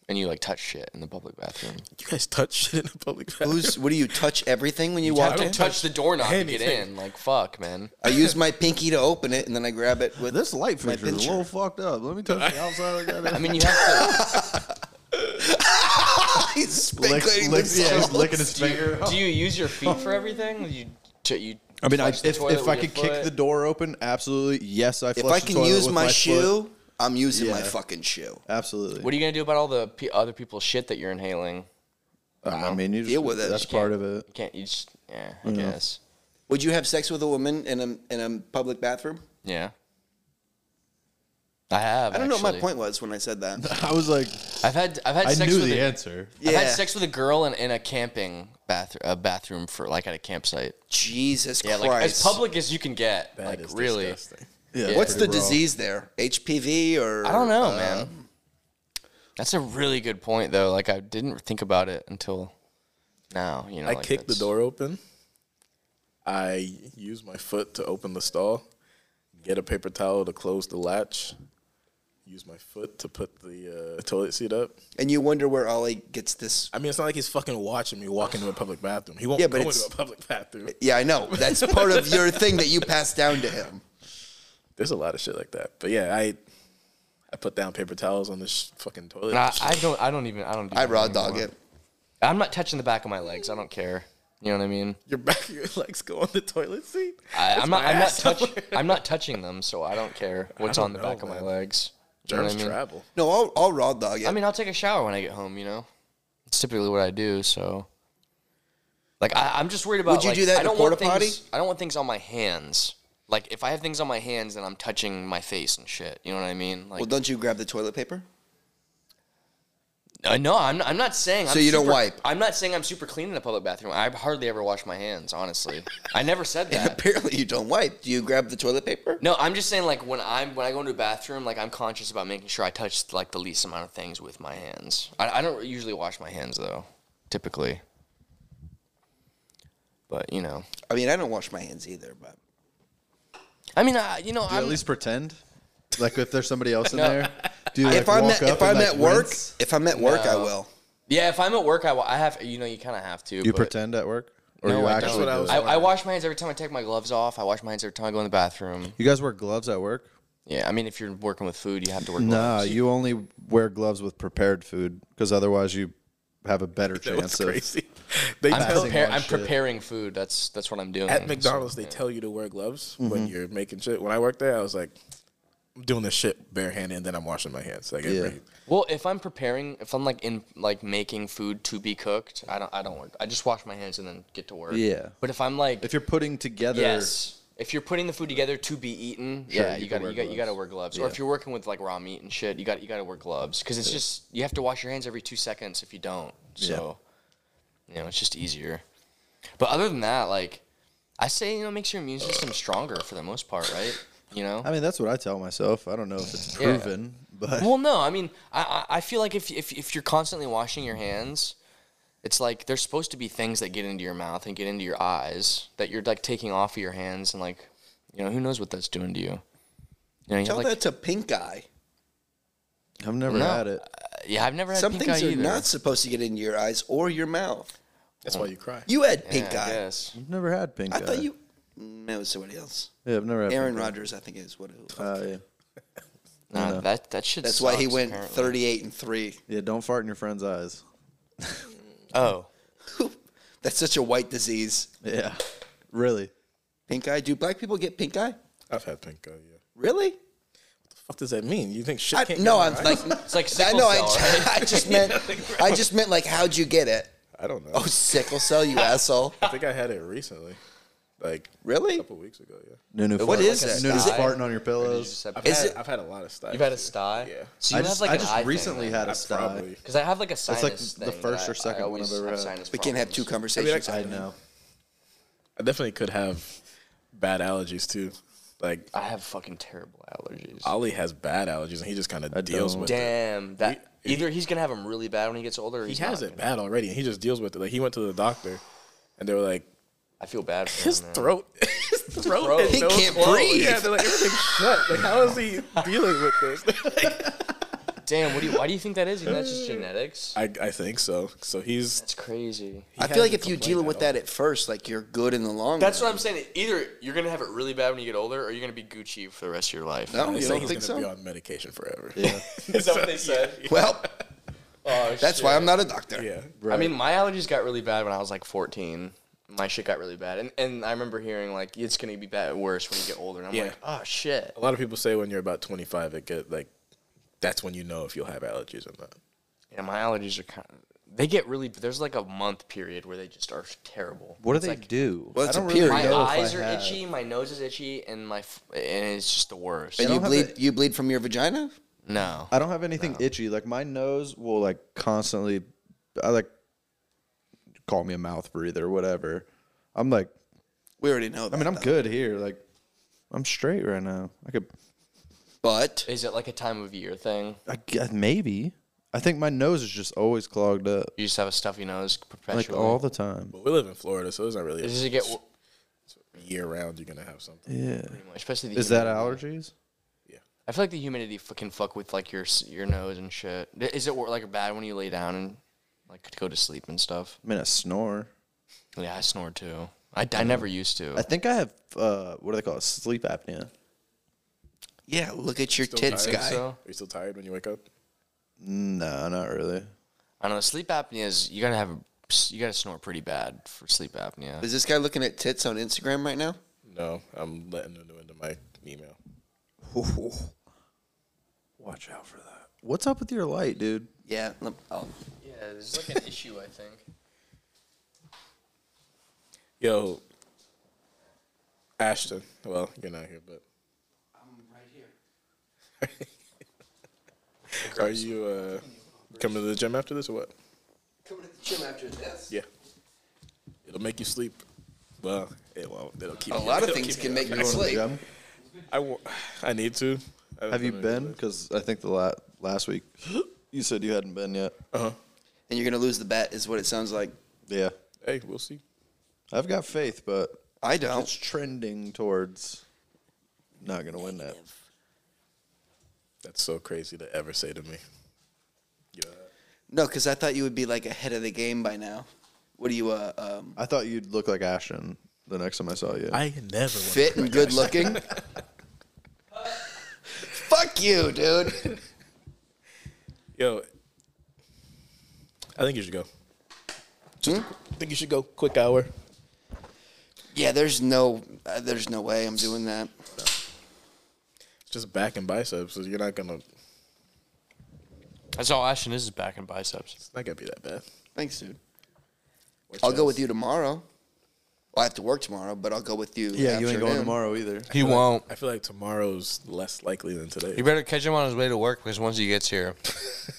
D: and you like touch shit in the public bathroom?
C: you guys touch (laughs) shit in a public bathroom.
A: Who's? What do you touch everything when you,
D: You
A: walk
D: have to
A: in?
D: touch the doorknob to get
C: anything.
D: in. Like fuck, man.
A: I use my pinky to open it, and then I grab it with (laughs)
B: This light
A: my
B: fixture is a
A: pincher.
B: little fucked up. Let me touch the outside of that.
A: (laughs)
B: (laughs)
D: I mean, you have to.
A: he's
B: Lick-
A: speculating
B: lick-
A: this.
B: yeah, he's licking his finger.
D: Do you use your feet for everything? You, t- you.
B: I mean, I,
D: flush
B: if,
D: the
B: if
D: toilet
B: I
D: with your
B: could kick
D: foot?
B: the door open, absolutely. Yes, I
A: If
B: flush
A: I
B: the
A: can
B: toilet
A: use
B: with
A: my,
B: foot.
A: shoe, I'm using my
B: Yeah.
A: fucking shoe.
B: Absolutely.
D: What are you gonna do about all the pe- other people's shit that you're inhaling?
B: I mean, you just,
A: Deal with it.
B: That's
A: You
B: part of it. (laughs)
D: You can't. You just. Yeah, I guess.
A: Would you have sex with a woman in a in a public bathroom?
D: Yeah. I have.
A: I don't know what my
D: actually.
A: point was when I said that.
B: I was like,
D: I've had. I've had
B: I
D: sex
B: knew
D: with
B: the
D: a-
B: answer.
D: I've
A: Yeah.
D: had sex with a girl in, in a camping bathroom, a bathroom for like at a campsite.
A: Jesus
D: Yeah, like as
A: Christ!
D: public as you can get.
C: (laughs) That
D: like
C: is
D: really,
C: disgusting.
B: Yeah,
A: What's the
B: pretty raw.
A: disease there? HPV or
D: I don't know,
C: Um,
D: man. That's a really good point though. Like I didn't think about it until now. You know,
C: I
D: like,
C: kick the
D: that's-
C: door open. I use my foot to open the stall. Get a paper towel to close the latch, use my foot to put the uh, toilet seat up.
A: And you wonder where Ollie gets this.
C: I mean, it's not like he's fucking watching me walk into a public bathroom. He won't
A: Yeah,
C: yeah,
A: but
C: go into
A: it's-
C: a public bathroom.
A: Yeah, I know. That's
D: (laughs)
A: part of your thing that you passed down to him.
C: There's a lot of shit like that. But yeah, I I put down paper towels on this fucking toilet.
D: And I, I don't. I don't even. I don't. Do
A: I
D: that
A: raw dog
D: anymore.
A: it.
D: I'm not touching the back of my legs. I don't care. You know what I mean?
C: your back, (laughs) your legs go on the toilet seat.
D: I, I'm
C: my
D: not. I'm not,
C: ass
D: touch,
C: somewhere.
D: I'm not touching them, so I
C: (laughs)
D: don't care what's
C: don't
D: on the
C: know,
D: back of my
C: man.
D: legs. You know what
C: Germs
D: I mean?
C: travel.
A: No, I'll, I'll raw dog it.
D: I mean, I'll take a shower when I get home. You know, it's typically what I do. So, like, I, I'm just worried about.
A: Would you
D: like,
A: do that in
D: I
A: a
D: don't want
A: porta potty?
D: things. I don't want things on my hands. Like, if I have things on my hands, then I'm touching my face and shit. You know what I mean? Like,
A: well, don't you grab the toilet
D: (laughs)
A: paper?
D: Uh, no, I'm not, I'm not saying. I'm
A: So you don't
D: super-
A: wipe?
D: I'm not saying I'm super clean in a public bathroom. I hardly ever wash my
A: (laughs)
D: hands. Honestly, I never said that.
A: Apparently, you don't wipe. Do you grab the toilet paper?
D: No, I'm just saying like when I'm when I go into a bathroom, like I'm conscious about making sure I touch like the least amount of things with my hands. I, I don't usually wash my hands though, typically. But you know,
A: I mean, I don't wash my hands either, but
D: I mean, I, you know,
B: Do you
D: I'm,
B: at least pretend? Like if there's somebody else in
D: No.
B: there? Do you like
A: if I'm
B: walk
A: at,
B: up
A: if
B: and,
A: I'm
B: like,
A: at work,
B: rinse?
A: if I'm at work, I
D: No.
A: will.
D: yeah. If I'm at work, I, wa- I have you know you kind of have to.
B: you
D: but-
B: pretend at work? Or
D: No,
B: you
D: I don't.
B: actually
C: That's what I
B: do
C: was-
B: it?
D: I, I wash my hands every time I take my gloves off. I wash my hands every time I go in the bathroom.
B: You guys wear gloves at work?
D: Yeah, I mean, if you're working with food, you have to work.
B: Nah, you only wear gloves with prepared food because otherwise you have a better
C: That was
B: chance of
C: crazy. (laughs) They
D: I'm,
C: tell,
D: prepar-
B: on
D: I'm
B: shit.
D: preparing food. That's that's what I'm doing.
C: at McDonald's, they tell you to wear gloves when you're making shit. When I worked there, I was like, I'm doing this shit barehanded, and then I'm washing my hands. Like, every,
D: Well, if I'm preparing, if I'm like in like making food to be cooked, I don't I don't work. I just wash my hands and then get to work.
B: Yeah.
D: But if I'm like
B: If you're putting together
D: yes, if you're putting the food together to be eaten, yeah, you,
B: you can
D: gotta
B: wear
D: you got you
B: gloves.
D: gotta wear gloves. Or if you're working with like raw meat and shit, you got you gotta wear gloves because it's just you have to wash your hands every two seconds if you don't. So, you know, it's just easier. But other than that, like I say, you know, it makes your immune system stronger for the most part, right? You know.
B: I mean, that's what I tell myself. I don't know if it's
D: Yeah.
B: proven, but
D: Well, no, I mean, I, I I feel like if, if if you're constantly washing your hands, it's like there's supposed to be things that get into your mouth and get into your eyes that you're like taking off of your hands and like, you know, who knows what that's doing to you? You know, you have,
A: Tell
D: like,
A: that to Pink Eye.
B: (laughs) I've never
D: No.
B: had it.
D: yeah, I've never had
A: Some
D: pink
A: things
D: eye
A: are
D: either.
A: not supposed to get into your eyes or your mouth.
C: that's why you cry.
A: You had
D: Yeah,
A: Pink
D: I
A: Eye.
D: guess.
B: I've never had pink
A: I
B: eye.
A: thought you. No, it was somebody else.
B: Yeah, I've never had
A: Aaron
B: pink eye.
A: Rodgers, I think, is what it was.
B: Uh, yeah.
D: No, that that shit.
A: That's why he
D: sucks,
A: went
D: apparently.
A: 38 and three.
B: yeah, don't fart in your friend's eyes.
D: Oh,
A: (laughs) That's such a white disease.
B: Yeah, (laughs) really.
A: Pink eye. Do black people get pink eye?
C: I've had pink eye. Yeah. What
A: Really?
C: the fuck does that mean? You think shit
A: I,
C: can't?
A: no,
C: get in
A: I'm
C: your
A: like.
C: eyes?
D: it's like
A: I
D: sickle
A: know. I, (laughs)
D: cell, right?
A: I just meant. I just meant like, how'd you get it?
C: I don't know.
A: Oh, sickle cell, you asshole.
C: (laughs) I think I had it recently, like a
A: Really?
C: couple weeks ago. Yeah.
B: Nunu
A: What
B: fart.
A: is
B: Like a
A: that?
B: Nunu
A: Is
D: it-
B: farting on your
D: You just
B: pillows.
D: said-
C: I've
A: Is
C: had,
A: it-
C: I've had a lot of stuff.
D: You've had a sty.
C: Yeah.
D: So you
B: I just,
D: have like
B: I
D: an
B: just
D: eye thing
B: recently
D: then.
B: had a
C: I
B: sty.
C: probably.
D: Because I have like a sinus
B: like the
D: thing that
B: first or
D: I-
B: second
D: I
B: one
D: always
B: I've ever
D: have
B: had.
D: sinus
A: We can't have two
D: problems.
A: conversations.
B: I know.
C: I definitely could have bad allergies too. Like
D: I have fucking terrible allergies.
C: Ollie has bad allergies, and he just kind of deals
B: don't.
C: with it.
D: Damn, that either he's gonna have him really bad when he gets older. Or
C: He
D: he's
C: has
D: not
C: it
D: gonna.
C: bad already, and he just deals with it. Like he went to the doctor, and they were like,
D: I feel bad for
C: his
D: him. man.
C: throat, (laughs) his throat,
D: throat.
C: and
D: He
C: nose
A: can't
C: closed.
A: breathe.
C: Yeah, they're like everything's shut. Like how is
D: (laughs)
C: he dealing with this?
D: Damn, what do you, why do you think that is? You think that's
C: (laughs)
D: just genetics.
C: I, I think so. So he's
D: That's crazy.
A: I feel like if you deal with that at first, like you're good in the long
D: That's
A: run.
D: what I'm saying. Either you're gonna have it really bad when you get older, or you're gonna be Gucci for the rest of your life.
A: No, you
C: he's
A: don't
C: going to
A: think so?
C: be on medication forever.
D: is that what they said?
A: Well,
D: Oh,
A: that's why I'm not a
C: (laughs)
A: doctor.
C: yeah.
D: I mean, my allergies got really bad when I was like 14. My shit got really bad, and and I remember hearing like it's gonna be bad worse when you get older, and I'm
C: Yeah.
D: like, oh shit.
C: A lot of people say when you're about 25, it get like that's when you know if you'll have allergies or not.
D: Yeah, my allergies are kind of. They get really. There's like a month period where they just are terrible.
B: What do
D: It's
B: they
D: like,
B: do?
A: Well,
B: I
A: it's a
B: don't really
A: period.
D: My
B: know if I
D: eyes are
B: have-
D: itchy, my nose is itchy, and my f- and it's just the worst.
A: And
B: don't
A: you
B: have
A: bleed.
B: it-
A: You bleed from your vagina.
D: No,
B: I don't have anything itchy. Like my nose will like constantly, I like call me a mouth breather, whatever. I'm like,
A: We already know. That,
B: I mean, I'm
A: though.
B: good here. Like, I'm straight right now. I could,
A: But
D: is it like a time of year thing?
B: I guess maybe. I think my nose is just always clogged up,
D: You just have a stuffy nose
B: like
D: perpetually.
B: all the time.
C: But we live in Florida, so it's not really
D: Does it get wo-
C: year round. You're gonna have something.
B: Yeah.
D: especially the
B: Is that allergies?
C: Yeah.
D: I feel like the humidity f- can fuck with like your s- your nose and shit. Th- Is it wor- like bad when you lay down and like to go to sleep and stuff?
E: I mean, I snore.
D: Yeah, I snore too. I, I never used to.
E: I think I have uh, what do they call it? Sleep apnea.
A: Yeah, look at your
C: Still
A: tits,
C: tired?
A: guy.
D: so.
C: Are you still tired when you wake up?
E: No, not really.
D: I don't know. Sleep apnea is you gotta have a, you gotta snore pretty bad for sleep apnea.
A: Is this guy looking at tits on Instagram right (laughs) now?
C: No, I'm letting them know into my email.
E: Watch out for that. What's up with your light, dude?
A: Yeah. lem- Oh.
D: Yeah, there's like an issue. I think.
C: Yo, Ashton. Well, you're not here, but I'm right here. (laughs) Are you uh, coming to the gym after this or what?
A: Coming to the gym after this.
C: Yeah. It'll make you sleep. Well, it won't. It'll keep
A: A
C: you-
A: lot
C: (laughs)
A: of
C: it'll
A: things
C: keep
A: can
C: you
A: make
C: up.
A: me sleep.
E: Gym?
C: (laughs) I, w- I need to. I
E: Have you
C: don't
E: been?
C: know.
E: Because I think the la- last week (gasps) you said you hadn't been yet.
A: And you're gonna lose the bet, is what it sounds like.
E: Yeah,
C: Hey, we'll see.
E: I've got faith, but
A: I
E: it's
A: don't.
E: trending towards not gonna win that.
C: That's so crazy to ever say to me. Yeah.
A: No, because I thought you would be like ahead of the game by now. What are you, uh, um,
E: I thought you'd look like Ashton the next time I saw you.
C: I never
A: fit and good looking? (laughs) Fuck you, dude.
C: Yo, I think you should go.
A: Hmm?
C: I think you should go. Quick hour.
A: Yeah, there's no, uh, there's no way I'm doing that.
C: It's just back and biceps. So you're not gonna. It's
D: That's all Ashton is is back and biceps.
C: not gonna be that bad.
A: Thanks, dude. I'll go with you tomorrow. Well, I have to work tomorrow, but I'll go with you.
E: yeah, you ain't
A: afternoon.
E: going tomorrow either.
D: He won't.
C: I feel like tomorrow's less likely than today.
D: You better catch him on his way to work because once he gets here,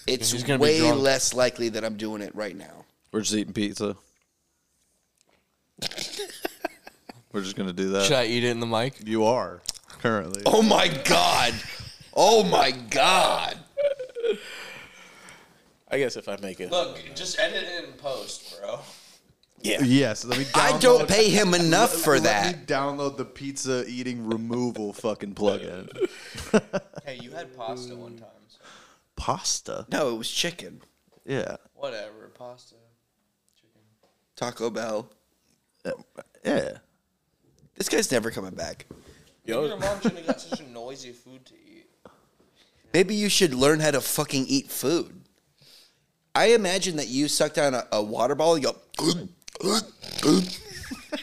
A: It's
D: He's gonna be
A: way
D: drunk.
A: less likely that I'm doing it right now.
E: We're just eating (laughs) pizza. We're just gonna do
D: should
E: that.
D: I eat it in the mic?
E: You are currently.
A: Oh my god. Oh my god.
C: I guess if I make it,
D: Look, just edit it in post, bro.
E: Yes, let me.
A: I
E: download-
A: don't pay him enough for
E: let
A: that.
E: me download the pizza eating removal fucking plugin.
D: Hey, you had pasta one time. So
E: (laughs) Pasta.
A: No, it was chicken.
E: Yeah.
D: whatever, pasta.
A: Taco Bell.
E: Yeah.
A: This guy's never coming back.
C: yo,
D: mom shouldn't have got such a noisy food to eat.
A: Maybe you should learn how to fucking eat food. I imagine that you suck down a, a water bottle, you go (laughs)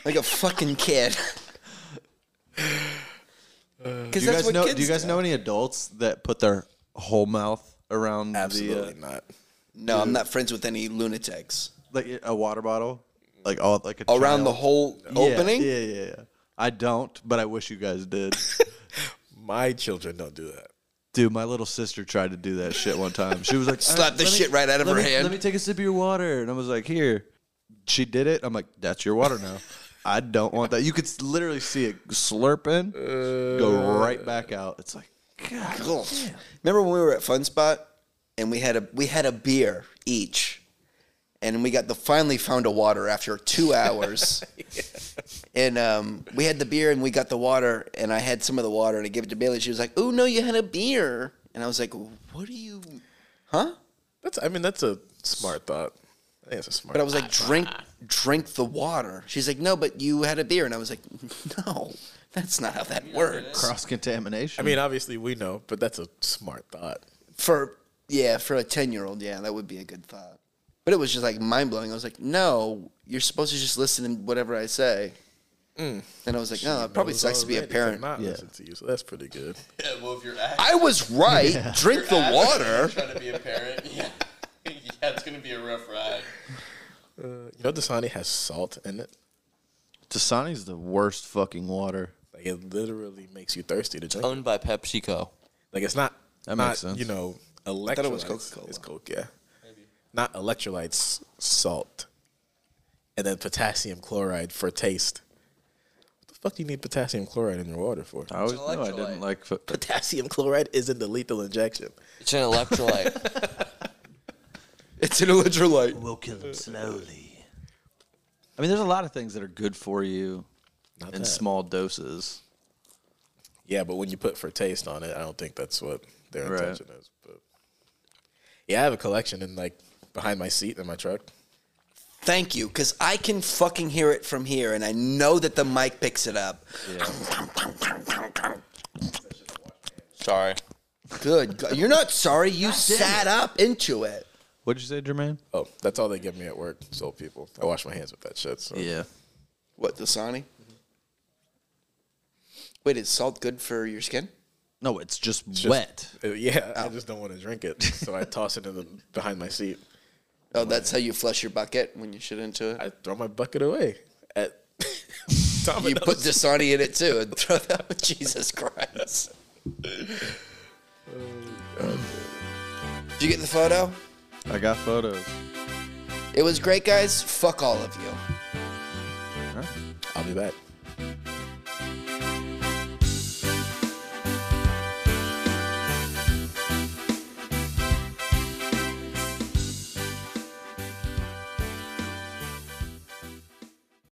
A: like a fucking kid. Because
E: Do you
A: that's
E: guys
A: what
E: know?
A: kids
E: Do you guys
A: do.
E: know any adults that put their whole mouth around the
C: absolutely
E: uh,
C: not.
A: No, I'm not friends with any lunatics.
E: like a water bottle, like all like a
A: Around
E: child?
A: the whole
E: Yeah,
A: opening?
E: Yeah, yeah, yeah. I don't, but I wish you guys did.
C: My children don't do that.
E: Dude, my little sister tried to do that shit one time. She was (laughs) like,
A: Slap
E: "All right,
A: the
E: let
A: shit right out of
E: let
A: her
E: me-
A: hand."
E: Let me take a sip of your water, and I was like, "Here." She did it. I'm like, "That's your water now." I don't want that. You could s- literally see it slurping, go right back out. It's like, God,
A: Cool. Remember when we were at Fun Spot and we had a we had a beer each, and we got the finally found a water after two hours, and um, we had the beer and we got the water and I had some of the water and I gave it to Bailey. She was like, "Oh no, you had a beer," and I was like, "What are you?" Huh?
C: That's. I mean, that's a smart thought. I think it's a smart.
A: But I was like, "Drink, drink the water." She's like, "No, but you had a beer," and I was like, (laughs) "No, that's not how that works."
E: cross contamination.
C: I mean, obviously we know, but that's a smart thought.
A: for yeah for a 10 year old yeah that would be a good thought but it was just like mind blowing i was like no you're supposed to just listen to whatever i say and i was like no it probably
C: Knows
A: sucks to be a
C: already
A: parent
C: Not
E: Yeah.
C: listen to you, so that's pretty good.
D: Yeah, well, if you're actually
A: i was right drink the water
D: trying to be a parent, yeah, yeah, it's gonna be a rough ride.
C: You know, Dasani has salt in it.
E: Dasani's the worst fucking water.
C: Like it literally makes you thirsty to drink.
D: Owned by PepsiCo.
C: Like it's not
E: That
C: not,
E: makes sense.
C: You know, electrolytes.
A: it was Coca-Cola.
C: It's Coke, yeah. Not electrolytes, salt, and then potassium chloride for taste. What the fuck do you need potassium chloride in your water for?
E: I always knew I
D: electrolyte.
E: didn't like. Fo-
C: Potassium chloride isn't the lethal injection.
D: It's an electrolyte.
A: it's an electrolyte
E: we'll kill him slowly. I mean, there's a lot of things that are good for you
C: Not
E: in
C: that.
E: small doses.
C: Yeah, but when you put for taste on it, I don't think that's what their
B: Right.
C: intention is. But yeah, I have a collection in like behind my seat in my truck.
A: Thank you, because I can fucking hear it from here, and I know that the mic picks it up.
D: Sorry.
A: Good. go- You're not sorry. You sat up into it.
E: What'd you say, Jermaine?
C: Oh, that's all they give me at work. Sold people. I wash my hands with that shit. So.
E: Yeah.
A: What, Dasani? Wait, is salt good for your skin?
E: No, it's just, wet.
C: Uh, Yeah, I just don't want to drink it, so I toss it in the behind my seat.
A: Oh, that's how you flush your bucket when you shit into it?
C: I throw my bucket away at
A: You
C: Domino's.
A: put Dasani in it too and throw that. Jesus Christ. Did you get the photo?
B: I got photos.
A: It was great, guys. Fuck all of you.
C: I'll be back.